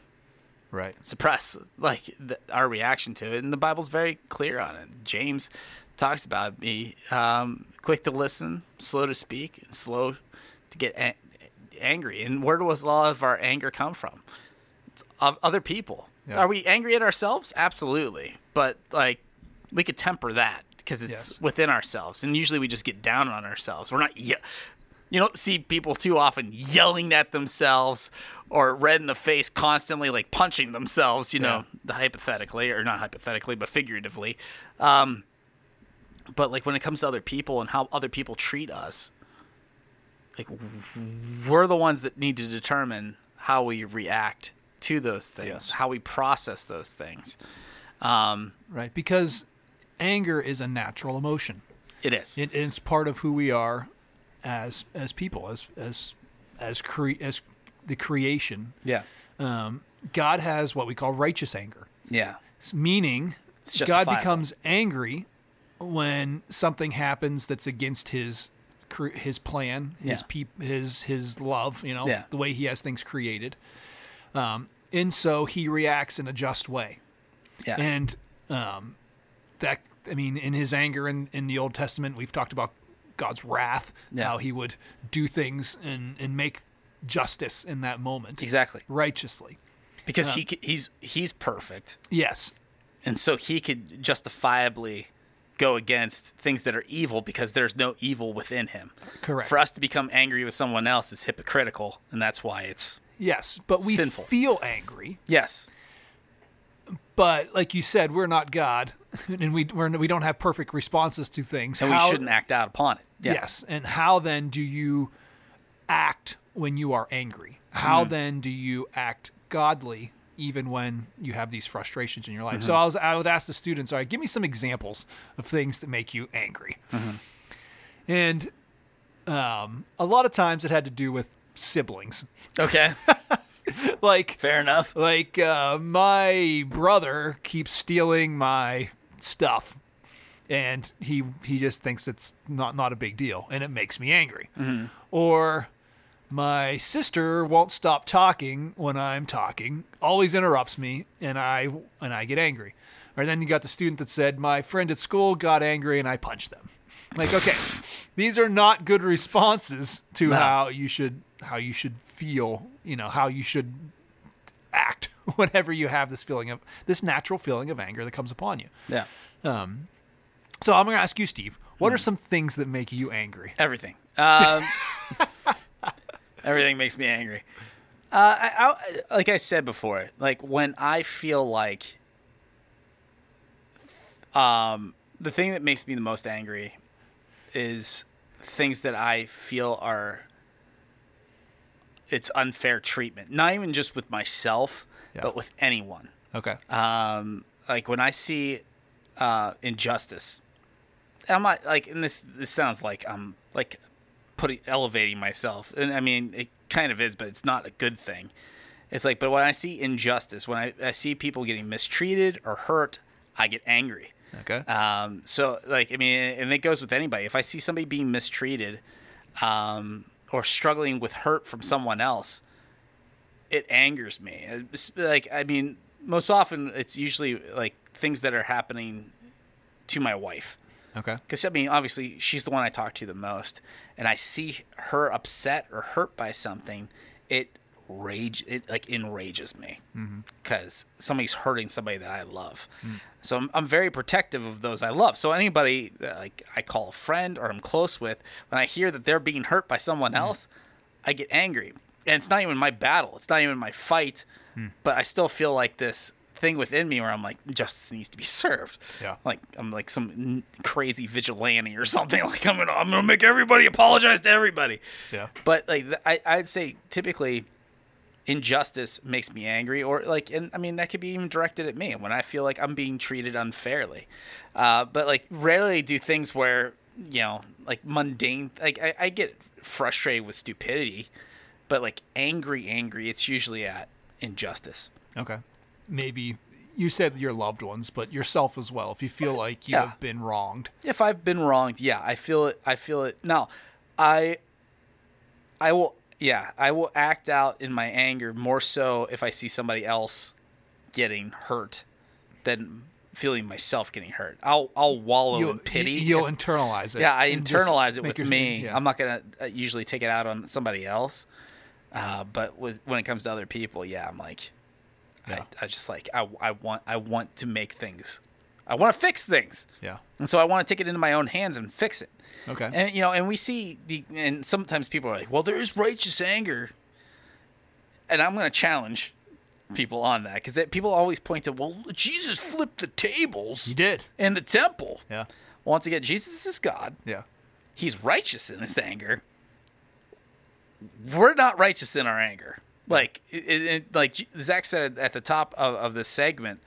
Speaker 2: Right.
Speaker 1: suppress like th- our reaction to it, and the Bible's very clear on it. James talks about be um, quick to listen, slow to speak, and slow to get a- angry. And where does a lot of our anger come from? It's of other people.
Speaker 2: Yeah.
Speaker 1: Are we angry at ourselves? Absolutely, but like we could temper that because it's
Speaker 2: Yes.
Speaker 1: within ourselves, and usually we just get down on ourselves. We're not. Ye- you don't see people too often yelling at themselves or red in the face constantly like punching themselves you know the hypothetically or not hypothetically but figuratively um but like when it comes to other people and how other people treat us like w- we're the ones that need to determine how we react to those things
Speaker 2: Yes.
Speaker 1: how we process those things um
Speaker 2: Right. Because anger is a natural emotion.
Speaker 1: it is
Speaker 2: It, it's part of who we are as as people, as as as cre- as the creation.
Speaker 1: yeah
Speaker 2: Um, God has what we call righteous anger,
Speaker 1: yeah
Speaker 2: It's meaning God
Speaker 1: justifiable.
Speaker 2: becomes angry when something happens that's against his cre- his plan, his
Speaker 1: Yeah.
Speaker 2: peop- his his love. You know,
Speaker 1: Yeah.
Speaker 2: the way he has things created, um, and so he reacts in a just way.
Speaker 1: yeah
Speaker 2: And um, that, I mean, in his anger in, in the Old Testament, we've talked about God's wrath,
Speaker 1: Yeah.
Speaker 2: how he would do things and, and make justice in that moment.
Speaker 1: exactly
Speaker 2: Righteously.
Speaker 1: because he c- he's he's perfect
Speaker 2: Yes.
Speaker 1: and so he could justifiably go against things that are evil because there's no evil within him.
Speaker 2: Correct.
Speaker 1: For us to become angry with someone else is hypocritical, and that's why it's
Speaker 2: Yes. But we
Speaker 1: Sinful.
Speaker 2: feel angry.
Speaker 1: yes,
Speaker 2: But like you said, we're not God and we, we're, we don't have perfect responses to things.
Speaker 1: and
Speaker 2: How-
Speaker 1: we shouldn't act out upon it. Yeah.
Speaker 2: Yes. And how then do you act when you are angry? How
Speaker 1: Mm-hmm.
Speaker 2: then do you act godly even when you have these frustrations in your life?
Speaker 1: Mm-hmm.
Speaker 2: So I was I would ask the students, all right, give me some examples of things that make you angry.
Speaker 1: Mm-hmm.
Speaker 2: And um, a lot of times it had to do with siblings.
Speaker 1: Okay.
Speaker 2: Like
Speaker 1: Fair enough.
Speaker 2: like uh, my brother keeps stealing my stuff and he he just thinks it's not not a big deal and it makes me angry or My sister won't stop talking when I'm talking, always interrupts me, and I and I get angry. Or then you got the student that said, "My friend at school got angry and I punched them." Like, okay, these are not good responses to how you should how you should feel, you know, how you should act whenever you have this feeling of this natural feeling of anger that comes upon you.
Speaker 1: Yeah.
Speaker 2: So I'm going to ask you, Steve, what are some things that make you angry?
Speaker 1: Everything. Um, everything makes me angry. Uh, I, I, like I said before, like when I feel like, um, the thing that makes me the most angry is things that I feel are it's unfair treatment. Not even just with myself,
Speaker 2: Yeah.
Speaker 1: but with anyone
Speaker 2: Okay.
Speaker 1: um, like when I see uh, injustice, and I'm not like, and this this sounds like I'm like putting elevating myself, and I mean it kind of is, but it's not a good thing. It's like, but when I see injustice, when I, I see people getting mistreated or hurt, I get angry.
Speaker 2: Okay.
Speaker 1: Um, so like, I mean, and it goes with anybody. If I see somebody being mistreated, um, or struggling with hurt from someone else, it angers me. It's like, I mean, most often it's usually like things that are happening to my wife.
Speaker 2: okay.
Speaker 1: Because I mean, obviously, she's the one I talk to the most, and I see her upset or hurt by something, it rage, it like enrages me because somebody's hurting somebody that I love. So I'm, I'm very protective of those I love. So anybody that, like I call a friend or I'm close with, when I hear that they're being hurt by someone else, I get angry, and it's not even my battle. It's not even my fight, but I still feel like this thing within me where I'm like, justice needs to be served
Speaker 2: Yeah.
Speaker 1: like I'm like some n- crazy vigilante or something. Like I'm gonna I'm gonna make everybody apologize to everybody.
Speaker 2: Yeah.
Speaker 1: But like th- I I'd say typically injustice makes me angry or like and I mean that could be even directed at me when I feel like I'm being treated unfairly. Uh, but like rarely do things where you know like mundane like I, I get frustrated with stupidity, but like angry angry it's usually at injustice.
Speaker 2: Okay. Maybe you said your loved ones, but yourself as well. If you feel like you
Speaker 1: Uh, Yeah.
Speaker 2: have been wronged.
Speaker 1: if I've been wronged, yeah, I feel it. I feel it now. I, I will, yeah, I will act out in my anger more so if I see somebody else getting hurt than feeling myself getting hurt. I'll I'll wallow in pity.
Speaker 2: You'll
Speaker 1: if-
Speaker 2: internalize it.
Speaker 1: yeah, I
Speaker 2: and just
Speaker 1: internalize it
Speaker 2: make
Speaker 1: with
Speaker 2: your-
Speaker 1: me.
Speaker 2: yeah.
Speaker 1: I'm not gonna uh, usually take it out on somebody else, uh, but with when it comes to other people, yeah, I'm like,
Speaker 2: Yeah.
Speaker 1: I, I just like I I want I want to make things, I want to fix things.
Speaker 2: yeah.
Speaker 1: And so I want to take it into my own hands and fix it.
Speaker 2: Okay.
Speaker 1: And you know, and we see the and sometimes people are like, "Well, there is righteous anger." And I'm going to challenge people on that cuz people always point to, "Well, Jesus flipped the tables
Speaker 2: you did.
Speaker 1: in the temple."
Speaker 2: Yeah.
Speaker 1: Once again, Jesus is God.
Speaker 2: Yeah.
Speaker 1: He's righteous in his anger. We're not righteous in our anger. Like it, it, it- like J- Zach said at the top of, of this segment,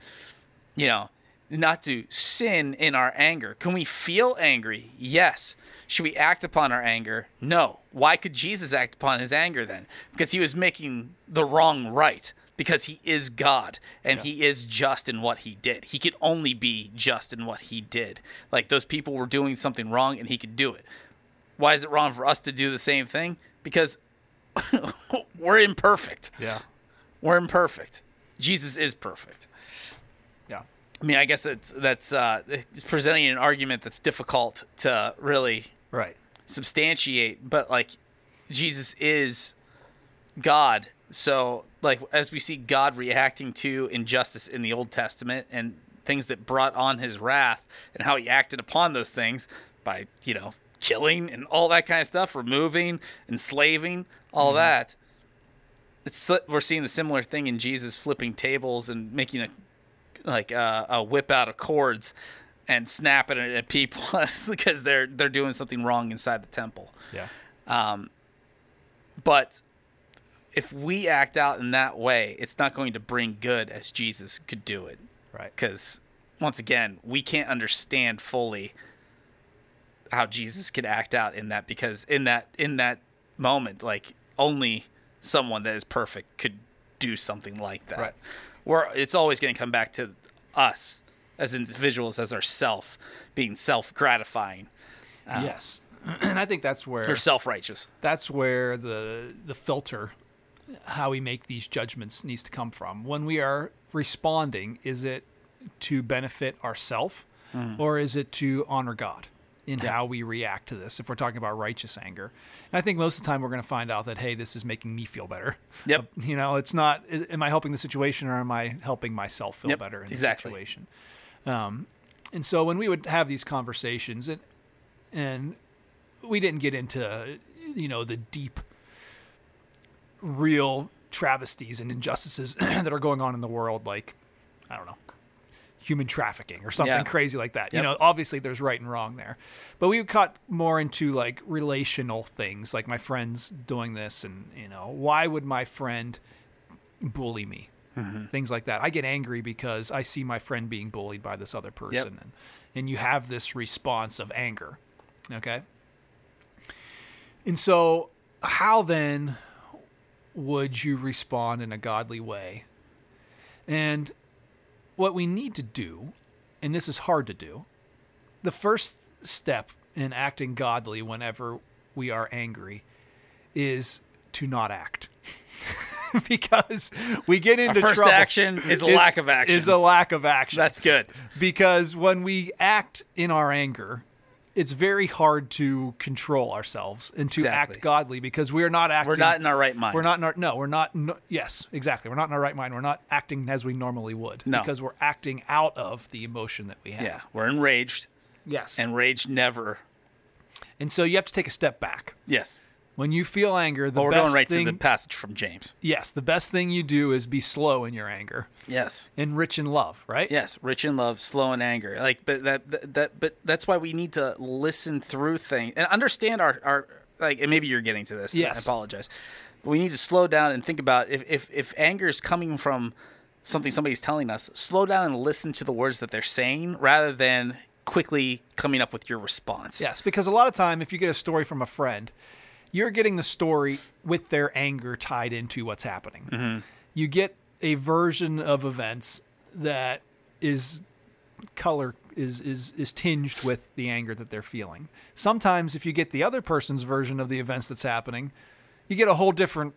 Speaker 1: you know, not to sin in our anger. Can we feel angry? Yes. Should we act upon our anger? No. Why could Jesus act upon his anger then? Because he was making the wrong right. Because he is God and he is just in what he did. He could only be just in what he did. Like those people were doing something wrong and he could do it. Why is it wrong for us to do the same thing? Because we're imperfect.
Speaker 2: Yeah.
Speaker 1: We're imperfect. Jesus is perfect.
Speaker 2: Yeah.
Speaker 1: I mean, I guess it's that's uh, it's presenting an argument that's difficult to really
Speaker 2: Right.
Speaker 1: substantiate, but like Jesus is God. So like as we see God reacting to injustice in the Old Testament and things that brought on his wrath and how he acted upon those things by, you know, killing and all that kind of stuff, removing, enslaving, all that. It's we're seeing the similar thing in Jesus flipping tables and making a like uh, a whip out of cords and snapping it at people because they're they're doing something wrong inside the temple.
Speaker 2: Yeah.
Speaker 1: But if we act out in that way, it's not going to bring good as Jesus could do it.
Speaker 2: Right.
Speaker 1: Because once again, we can't understand fully how Jesus could act out in that because in that in that moment, like only someone that is perfect could do something like that.
Speaker 2: Right.
Speaker 1: Where it's always going to come back to us as individuals, as ourself, being self gratifying.
Speaker 2: yes. and I think that's where
Speaker 1: They're self righteous.
Speaker 2: that's where the the filter how we make these judgments needs to come from when we are responding is it to benefit ourself or is it to honor god in how we react to this if we're talking about righteous anger and i think most of the time we're going to find out that hey this is making me feel better
Speaker 1: Yep.
Speaker 2: you know it's not i- am i helping the situation or am i helping myself feel
Speaker 1: Yep,
Speaker 2: better in
Speaker 1: exactly.
Speaker 2: the situation um, and so when we would have these conversations and and we didn't get into you know the deep real travesties and injustices that are going on in the world like i don't know human trafficking or something
Speaker 1: Yeah.
Speaker 2: crazy like that you
Speaker 1: Yep.
Speaker 2: know obviously there's right and wrong there but we cut more into like relational things like my friends doing this and you know why would my friend bully me things like that i get angry because i see my friend being bullied by this other person and, and you have this response of anger okay and so, how then would you respond in a godly way? And what we need to do, and this is hard to do, the first step in acting godly whenever we are angry is to not act. because we get into
Speaker 1: first
Speaker 2: trouble-
Speaker 1: action is a lack of action.
Speaker 2: Is a lack of action
Speaker 1: That's good.
Speaker 2: because when we act in our anger, it's very hard to control ourselves and to
Speaker 1: Exactly.
Speaker 2: act godly because we are not acting.
Speaker 1: We're not in our right mind.
Speaker 2: We're not in our no. We're not. No, yes, exactly. We're not in our right mind. We're not acting as we normally would
Speaker 1: No.
Speaker 2: because we're acting out of the emotion that we have.
Speaker 1: Yeah, we're enraged.
Speaker 2: Yes. And
Speaker 1: And rage never.
Speaker 2: and so you have to take a step back
Speaker 1: Yes.
Speaker 2: when you feel anger. The
Speaker 1: But we're
Speaker 2: best
Speaker 1: going right
Speaker 2: thing.
Speaker 1: to the passage from James.
Speaker 2: yes, the best thing you do is be slow in your anger
Speaker 1: Yes.
Speaker 2: and rich in love. Right.
Speaker 1: Yes, rich in love, slow in anger. Like, but that, that, that but that's why we need to listen through things and understand our, our, like, and maybe you're getting to this.
Speaker 2: Yes.
Speaker 1: I apologize. But we need to slow down and think about if, if, if anger is coming from something somebody's telling us, slow down and listen to the words that they're saying rather than quickly coming up with your response.
Speaker 2: Yes, because a lot of time, if you get a story from a friend, you're getting the story with their anger tied into what's happening. You get a version of events that is color is is is tinged with the anger that they're feeling. Sometimes, if you get the other person's version of the events that's happening, you get a whole different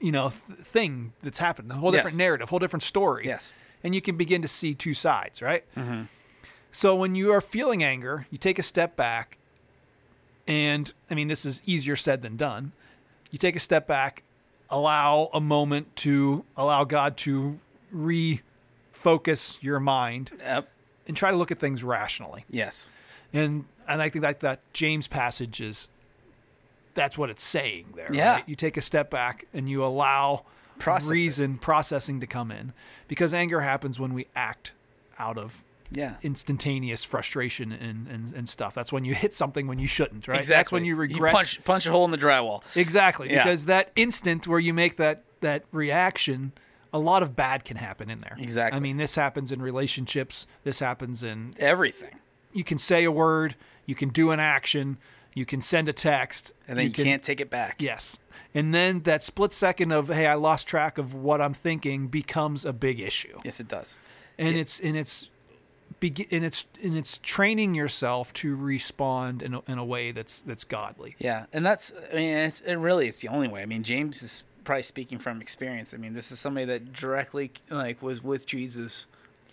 Speaker 2: you know th- thing that's happened, a whole
Speaker 1: Yes.
Speaker 2: different narrative, whole different story.
Speaker 1: Yes.
Speaker 2: and you can begin to see two sides, right? So when you are feeling anger, you take a step back, and I mean this is easier said than done. You take a step back, allow a moment to allow God to refocus your mind
Speaker 1: Yep.
Speaker 2: and try to look at things rationally.
Speaker 1: yes.
Speaker 2: And and I think that that James passage is that's what it's saying there.
Speaker 1: Yeah.
Speaker 2: right? You take a step back and you allow
Speaker 1: Process it.
Speaker 2: reason processing to come in because anger happens when we act out of
Speaker 1: Yeah.
Speaker 2: instantaneous frustration and, and, and stuff. That's when you hit something when you shouldn't, right? That's when you regret.
Speaker 1: punch, punch a hole in the drywall.
Speaker 2: Exactly,
Speaker 1: Yeah.
Speaker 2: because that instant where you make that that reaction, a lot of bad can happen in there.
Speaker 1: Exactly.
Speaker 2: I mean, this happens in relationships. This happens in
Speaker 1: Everything.
Speaker 2: you can say a word, you can do an action, you can send a text,
Speaker 1: And then you,
Speaker 2: can-
Speaker 1: can't take it back.
Speaker 2: Yes. And then that split second of hey, I lost track of what I'm thinking becomes a big issue
Speaker 1: Yes, it does.
Speaker 2: and it's and it's begin and it's and it's training yourself to respond in a, in a way that's that's godly.
Speaker 1: Yeah, and that's I mean, it's, it really it's the only way. I mean, James is probably speaking from experience. I mean, this is somebody that directly like was with Jesus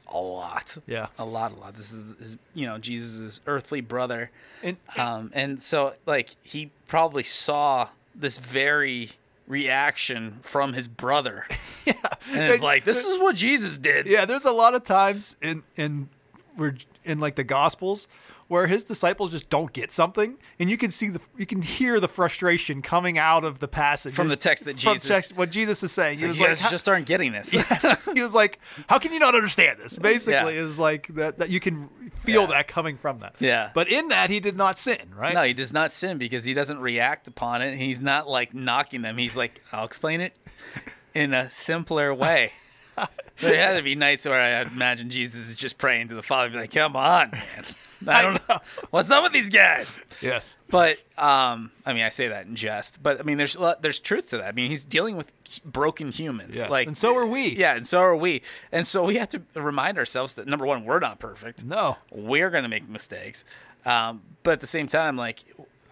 Speaker 1: a lot.
Speaker 2: Yeah.
Speaker 1: a lot, a lot. This is, is you know Jesus' earthly brother,
Speaker 2: And
Speaker 1: um, and so like he probably saw this very reaction from his brother. yeah, and it's like this is what Jesus did.
Speaker 2: yeah, there's a lot of times in in we're in like the gospels where his disciples just don't get something and you can see the you can hear the frustration coming out of the passage
Speaker 1: From the text that
Speaker 2: from
Speaker 1: Jesus-
Speaker 2: text- what Jesus is saying.
Speaker 1: So
Speaker 2: he was
Speaker 1: you
Speaker 2: like
Speaker 1: guys
Speaker 2: "How-
Speaker 1: just aren't getting this.
Speaker 2: Yes. he was like, "How can you not understand this?" Basically,
Speaker 1: Yeah.
Speaker 2: it was like that that you can feel
Speaker 1: Yeah.
Speaker 2: that coming from that.
Speaker 1: Yeah.
Speaker 2: But in that, he did not sin, right?
Speaker 1: No, he does not sin because he doesn't react upon it. He's not like knocking them. He's like, I'll explain it in a simpler way. there had to be nights where I imagine Jesus is just praying to the Father, be like, "Come on, man! I don't know what's up with these guys."
Speaker 2: Yes.
Speaker 1: But um, I mean, I say that in jest, but I mean, there's a lot- there's truth to that. I mean, he's dealing with h- broken humans,
Speaker 2: Yes.
Speaker 1: like,
Speaker 2: And so are we.
Speaker 1: Yeah, and so are we, and so we have to remind ourselves that number one, we're not perfect
Speaker 2: No.
Speaker 1: we're going to make mistakes. Um, but at the same time, like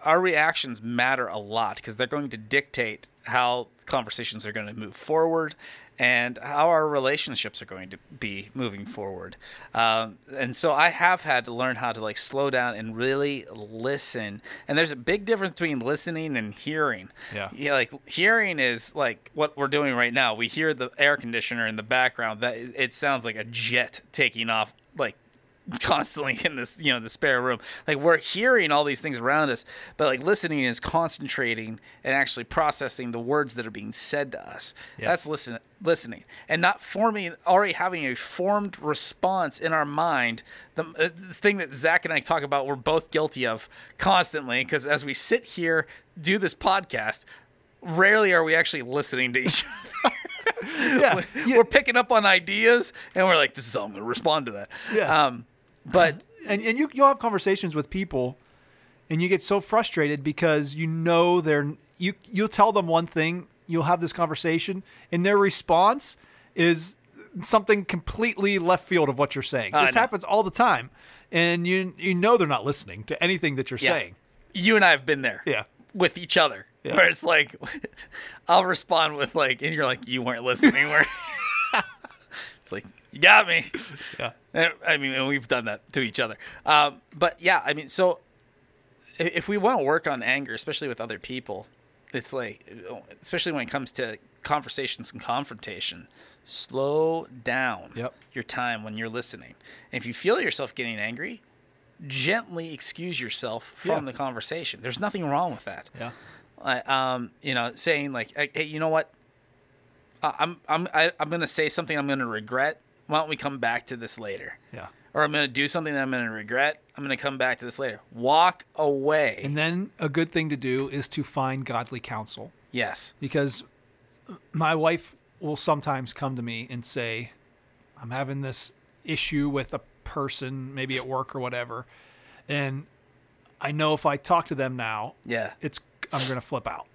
Speaker 1: our reactions matter a lot because they're going to dictate how conversations are going to move forward and how our relationships are going to be moving forward. Um, and so I have had to learn how to like slow down and really listen. And there's a big difference between listening and hearing.
Speaker 2: Yeah.
Speaker 1: Yeah, like hearing is like what we're doing right now. We hear the air conditioner in the background. That it sounds like a jet taking off like constantly in this you know the spare room like we're hearing all these things around us but like listening is concentrating and actually processing the words that are being said to us that's listen listening and not forming already having a formed response in our mind the, uh, the thing that zach and i talk about we're both guilty of constantly because as we sit here do this podcast rarely are we actually listening to each other
Speaker 2: Yeah. yeah.
Speaker 1: we're picking up on ideas and we're like this is how i'm going to respond to that
Speaker 2: Yes.
Speaker 1: um but
Speaker 2: and, and you you'll have conversations with people and you get so frustrated because you know they're you you'll tell them one thing you'll have this conversation and their response is something completely left field of what you're saying
Speaker 1: I
Speaker 2: this
Speaker 1: know.
Speaker 2: happens all the time and you you know they're not listening to anything that you're
Speaker 1: yeah,
Speaker 2: saying
Speaker 1: you and i have been there
Speaker 2: Yeah.
Speaker 1: with each other
Speaker 2: Yeah.
Speaker 1: where it's like i'll respond with like and you're like you weren't listening where it's like you got me
Speaker 2: yeah
Speaker 1: And, I mean, and we've done that to each other. Um, but yeah, I mean, so i- if we want to work on anger, especially with other people, it's like, especially when it comes to conversations and confrontation, slow down
Speaker 2: Yep.
Speaker 1: your time when you're listening. And if you feel yourself getting angry, gently excuse yourself from
Speaker 2: Yeah.
Speaker 1: the conversation. There's nothing wrong with that.
Speaker 2: yeah
Speaker 1: Uh, um, you know, saying like, "Hey, hey, you know what? Uh, I'm I'm I, I'm gonna say something I'm gonna regret. Why don't we come back to this later?
Speaker 2: yeah
Speaker 1: Or I'm gonna do something that I'm gonna regret. I'm gonna come back to this later. Walk away.
Speaker 2: and then a good thing to do is to find godly counsel
Speaker 1: yes.
Speaker 2: because my wife will sometimes come to me and say, I'm having this issue with a person, maybe at work or whatever. And I know if I talk to them now,
Speaker 1: Yeah.
Speaker 2: it's I'm going to flip out.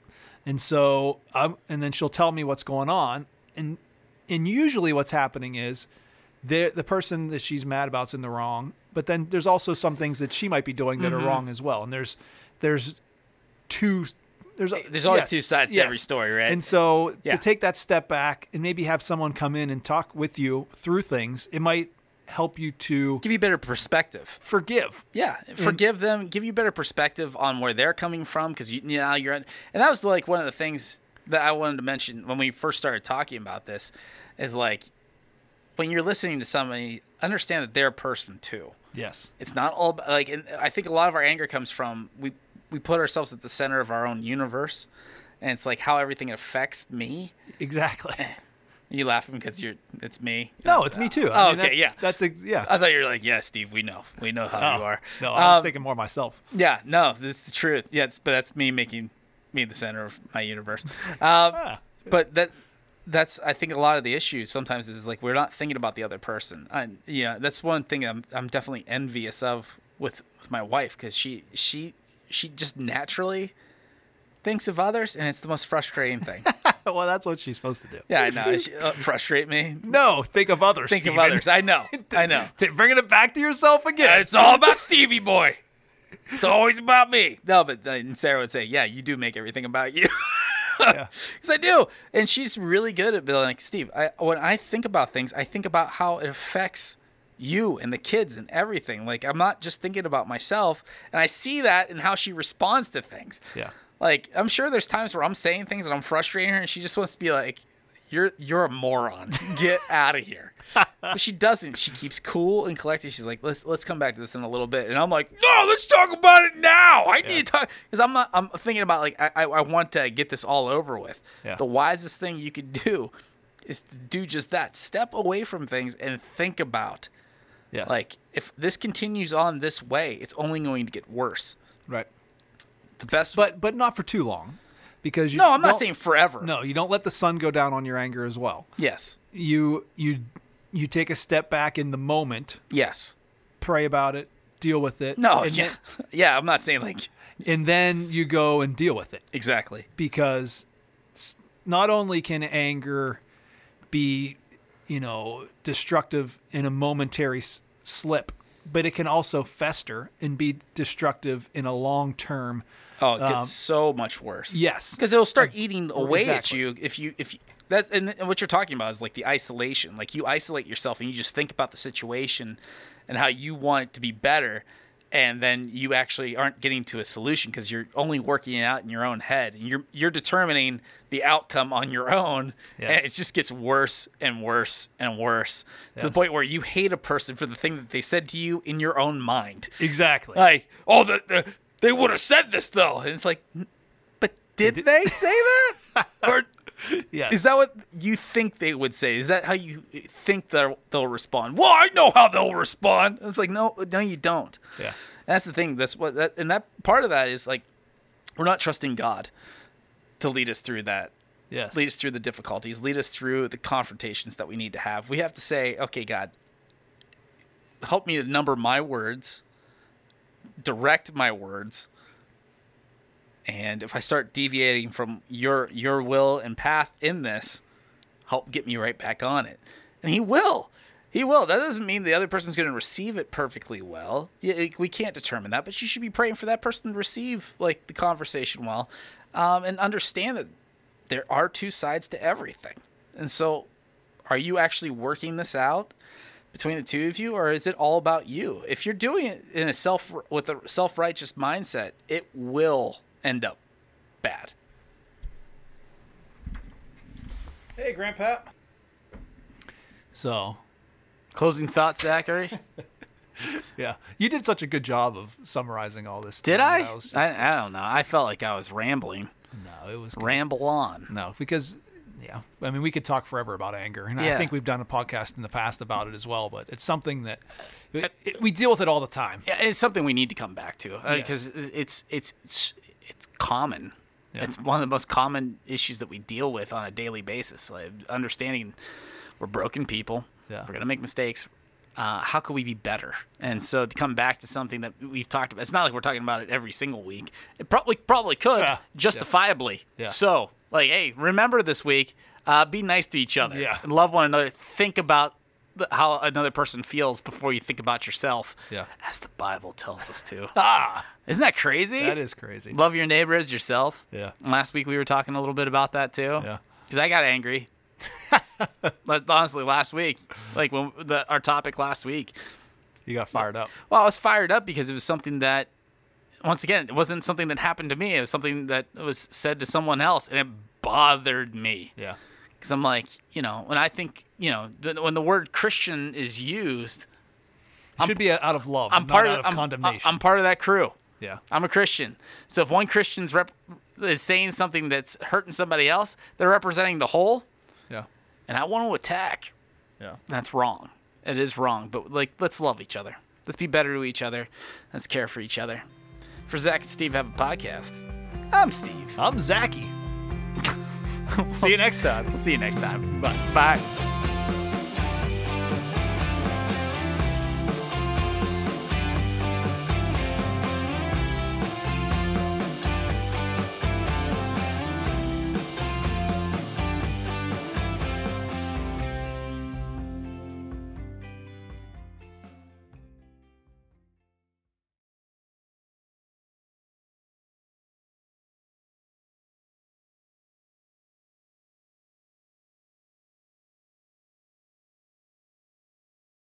Speaker 2: And so um, and then she'll tell me what's going on and and usually what's happening is the the person that she's mad about's in the wrong, but then there's also some things that she might be doing
Speaker 1: Mm-hmm.
Speaker 2: that are wrong as well. And there's there's two there's
Speaker 1: There's always two sides to every story, right?
Speaker 2: And so
Speaker 1: Yeah.
Speaker 2: to take that step back and maybe have someone come in and talk with you through things, it might help you to
Speaker 1: Give you better perspective.
Speaker 2: forgive.
Speaker 1: Yeah,
Speaker 2: Mm-hmm.
Speaker 1: forgive them. Give you better perspective on where they're coming from because you, you know you're. at- And that was like one of the things that I wanted to mention when we first started talking about this, is like when you're listening to somebody, understand that they're a person too.
Speaker 2: Yes.
Speaker 1: It's not all ab- like and I think a lot of our anger comes from we we put ourselves at the center of our own universe, and it's like how everything affects me.
Speaker 2: Exactly.
Speaker 1: You laughing because you're it's me.
Speaker 2: No, it's me too.
Speaker 1: Oh, okay,
Speaker 2: that-
Speaker 1: yeah.
Speaker 2: That's ex- yeah.
Speaker 1: I thought you were like, yeah, Steve, we know, we know how you are.
Speaker 2: No, I was
Speaker 1: Um,
Speaker 2: thinking more myself.
Speaker 1: Yeah, no, this is the truth. Yeah, it's, but that's me making me the center of my universe. Um,
Speaker 2: Ah,
Speaker 1: but that that's I think a lot of the issue sometimes is like we're not thinking about the other person. And you know, that's one thing I'm I'm definitely envious of with with my wife because she she she just naturally thinks of others, and it's the most frustrating thing.
Speaker 2: well, that's what she's supposed to do.
Speaker 1: yeah, I know. She, uh, frustrate me.
Speaker 2: No, think of others.
Speaker 1: Think of
Speaker 2: Steven.
Speaker 1: others. I know. I know.
Speaker 2: T- bringing it back to yourself again.
Speaker 1: It's all about Stevie Boy. It's always about me. No, but then Sarah would say, "Yeah, you do make everything about you." Because I do, and she's really good at being like Steve. I, when I think about things, I think about how it affects you and the kids and everything. Like I'm not just thinking about myself, and I see that in how she responds to things.
Speaker 2: Yeah.
Speaker 1: Like I'm sure there's times where I'm saying things and I'm frustrating her, and she just wants to be like, "You're you're a moron. Get out of here." but she doesn't. She keeps cool and collected. She's like, "Let's let's come back to this in a little bit." And I'm like, "No, let's talk about it now. I need to talk because I'm not, I'm thinking about like I, I I want to get this all over with.
Speaker 2: Yeah.
Speaker 1: The wisest thing you could do is to do just that. Step away from things and think about
Speaker 2: Yes.
Speaker 1: like if this continues on this way, it's only going to get worse.
Speaker 2: right.
Speaker 1: The best,
Speaker 2: But but not for too long, because you
Speaker 1: no, I'm not
Speaker 2: don't-
Speaker 1: saying forever.
Speaker 2: no. You don't let the sun go down on your anger as well.
Speaker 1: Yes.
Speaker 2: You you you take a step back in the moment,
Speaker 1: Yes.
Speaker 2: pray about it, deal with it.
Speaker 1: No.
Speaker 2: and
Speaker 1: yeah. yeah. I'm not saying like
Speaker 2: then, and then you go and deal with it.
Speaker 1: exactly.
Speaker 2: because s- not only can anger be, you know, destructive in a momentary s- slip, but it can also fester and be destructive in a long term.
Speaker 1: Oh, it gets
Speaker 2: Um,
Speaker 1: so much worse.
Speaker 2: Yes.
Speaker 1: because it'll start eating away at
Speaker 2: exactly.
Speaker 1: you if you if you, that and, and what you're talking about is like the isolation. Like you isolate yourself and you just think about the situation and how you want it to be better, and then you actually aren't getting to a solution because you're only working it out in your own head and you're you're determining the outcome on your own.
Speaker 2: Yes.
Speaker 1: And it just gets worse and worse and worse to the point where you hate a person for the thing that they said to you in your own mind
Speaker 2: Exactly.
Speaker 1: like, oh, the, the, they would have said this though, and it's like, "N- but did they, say that? or
Speaker 2: Yes.
Speaker 1: is that what you think they would say? Is that how you think they'll they'll respond? Well, I know how they'll respond. It's like, no, no, you don't.
Speaker 2: Yeah.
Speaker 1: That's the thing. That's what that and that part of that is like, we're not trusting God to lead us through that
Speaker 2: Yes.
Speaker 1: lead us through the difficulties, lead us through the confrontations that we need to have. We have to say, okay, God, help me to number my words, direct my words. And if I start deviating from your your will and path in this, help get me right back on it. And he will. He will. That doesn't mean the other person's going to receive it perfectly well. Yeah, like, We can't determine that, but you should be praying for that person to receive like the conversation well, um, and understand that there are two sides to everything. And so, are you actually working this out between the two of you, or is it all about you? If you're doing it in a self with a self righteous mindset, it will end up bad.
Speaker 2: Hey, Grandpa. So,
Speaker 1: Closing thoughts, Zachary.
Speaker 2: yeah, you did such a good job of summarizing all this.
Speaker 1: Did
Speaker 2: to me
Speaker 1: I?
Speaker 2: that was just-
Speaker 1: I? I don't know. I felt like I was rambling.
Speaker 2: no, it was good.
Speaker 1: Ramble on.
Speaker 2: no because yeah, I mean we could talk forever about anger, and I
Speaker 1: Yeah.
Speaker 2: think we've done a podcast in the past about it as well. But it's something that it, it- we deal with it all the time.
Speaker 1: Yeah, It's something we need to come back to
Speaker 2: Yes.
Speaker 1: because it's it's it's it's common. It's one of the most common issues that we deal with on a daily basis. Like understanding we're broken people.
Speaker 2: Yeah.
Speaker 1: We're gonna make mistakes. Uh, how can we be better? And so to come back to something that we've talked about, it's not like we're talking about it every single week. It probably probably could
Speaker 2: Yeah.
Speaker 1: justifiably.
Speaker 2: Yeah.
Speaker 1: So like, hey, remember this week, uh, be nice to each other.
Speaker 2: Yeah.
Speaker 1: Love one another. Think about the, how another person feels before you think about yourself.
Speaker 2: Yeah.
Speaker 1: As the Bible tells us to.
Speaker 2: Ah,
Speaker 1: Isn't that crazy?
Speaker 2: that is crazy.
Speaker 1: Love your neighbor as yourself.
Speaker 2: Yeah.
Speaker 1: Last week we were talking a little bit about that too.
Speaker 2: Yeah.
Speaker 1: Because I got angry. Like, Honestly, last week, like when the, our topic last week,
Speaker 2: You got fired up.
Speaker 1: well, I was fired up because it was something that, once again, it wasn't something that happened to me. It was something that was said to someone else, and it bothered me
Speaker 2: Yeah,
Speaker 1: because I'm like, you know, when I think, you know, th- when the word Christian is used,
Speaker 2: it should be out of love.
Speaker 1: I'm
Speaker 2: not
Speaker 1: part
Speaker 2: out
Speaker 1: of,
Speaker 2: of
Speaker 1: I'm-
Speaker 2: condemnation.
Speaker 1: I'm part of that crew.
Speaker 2: yeah,
Speaker 1: I'm a Christian. So if one Christian's rep- is saying something that's hurting somebody else, they're representing the whole,
Speaker 2: yeah,
Speaker 1: and I want to attack.
Speaker 2: yeah.
Speaker 1: That's wrong. It is wrong, but like let's love each other. Let's be better to each other. Let's care for each other. For Zach and Steve have a podcast. I'm Steve.
Speaker 2: I'm Zachy. See you next time.
Speaker 1: We'll see you next time.
Speaker 2: Bye.
Speaker 1: Bye.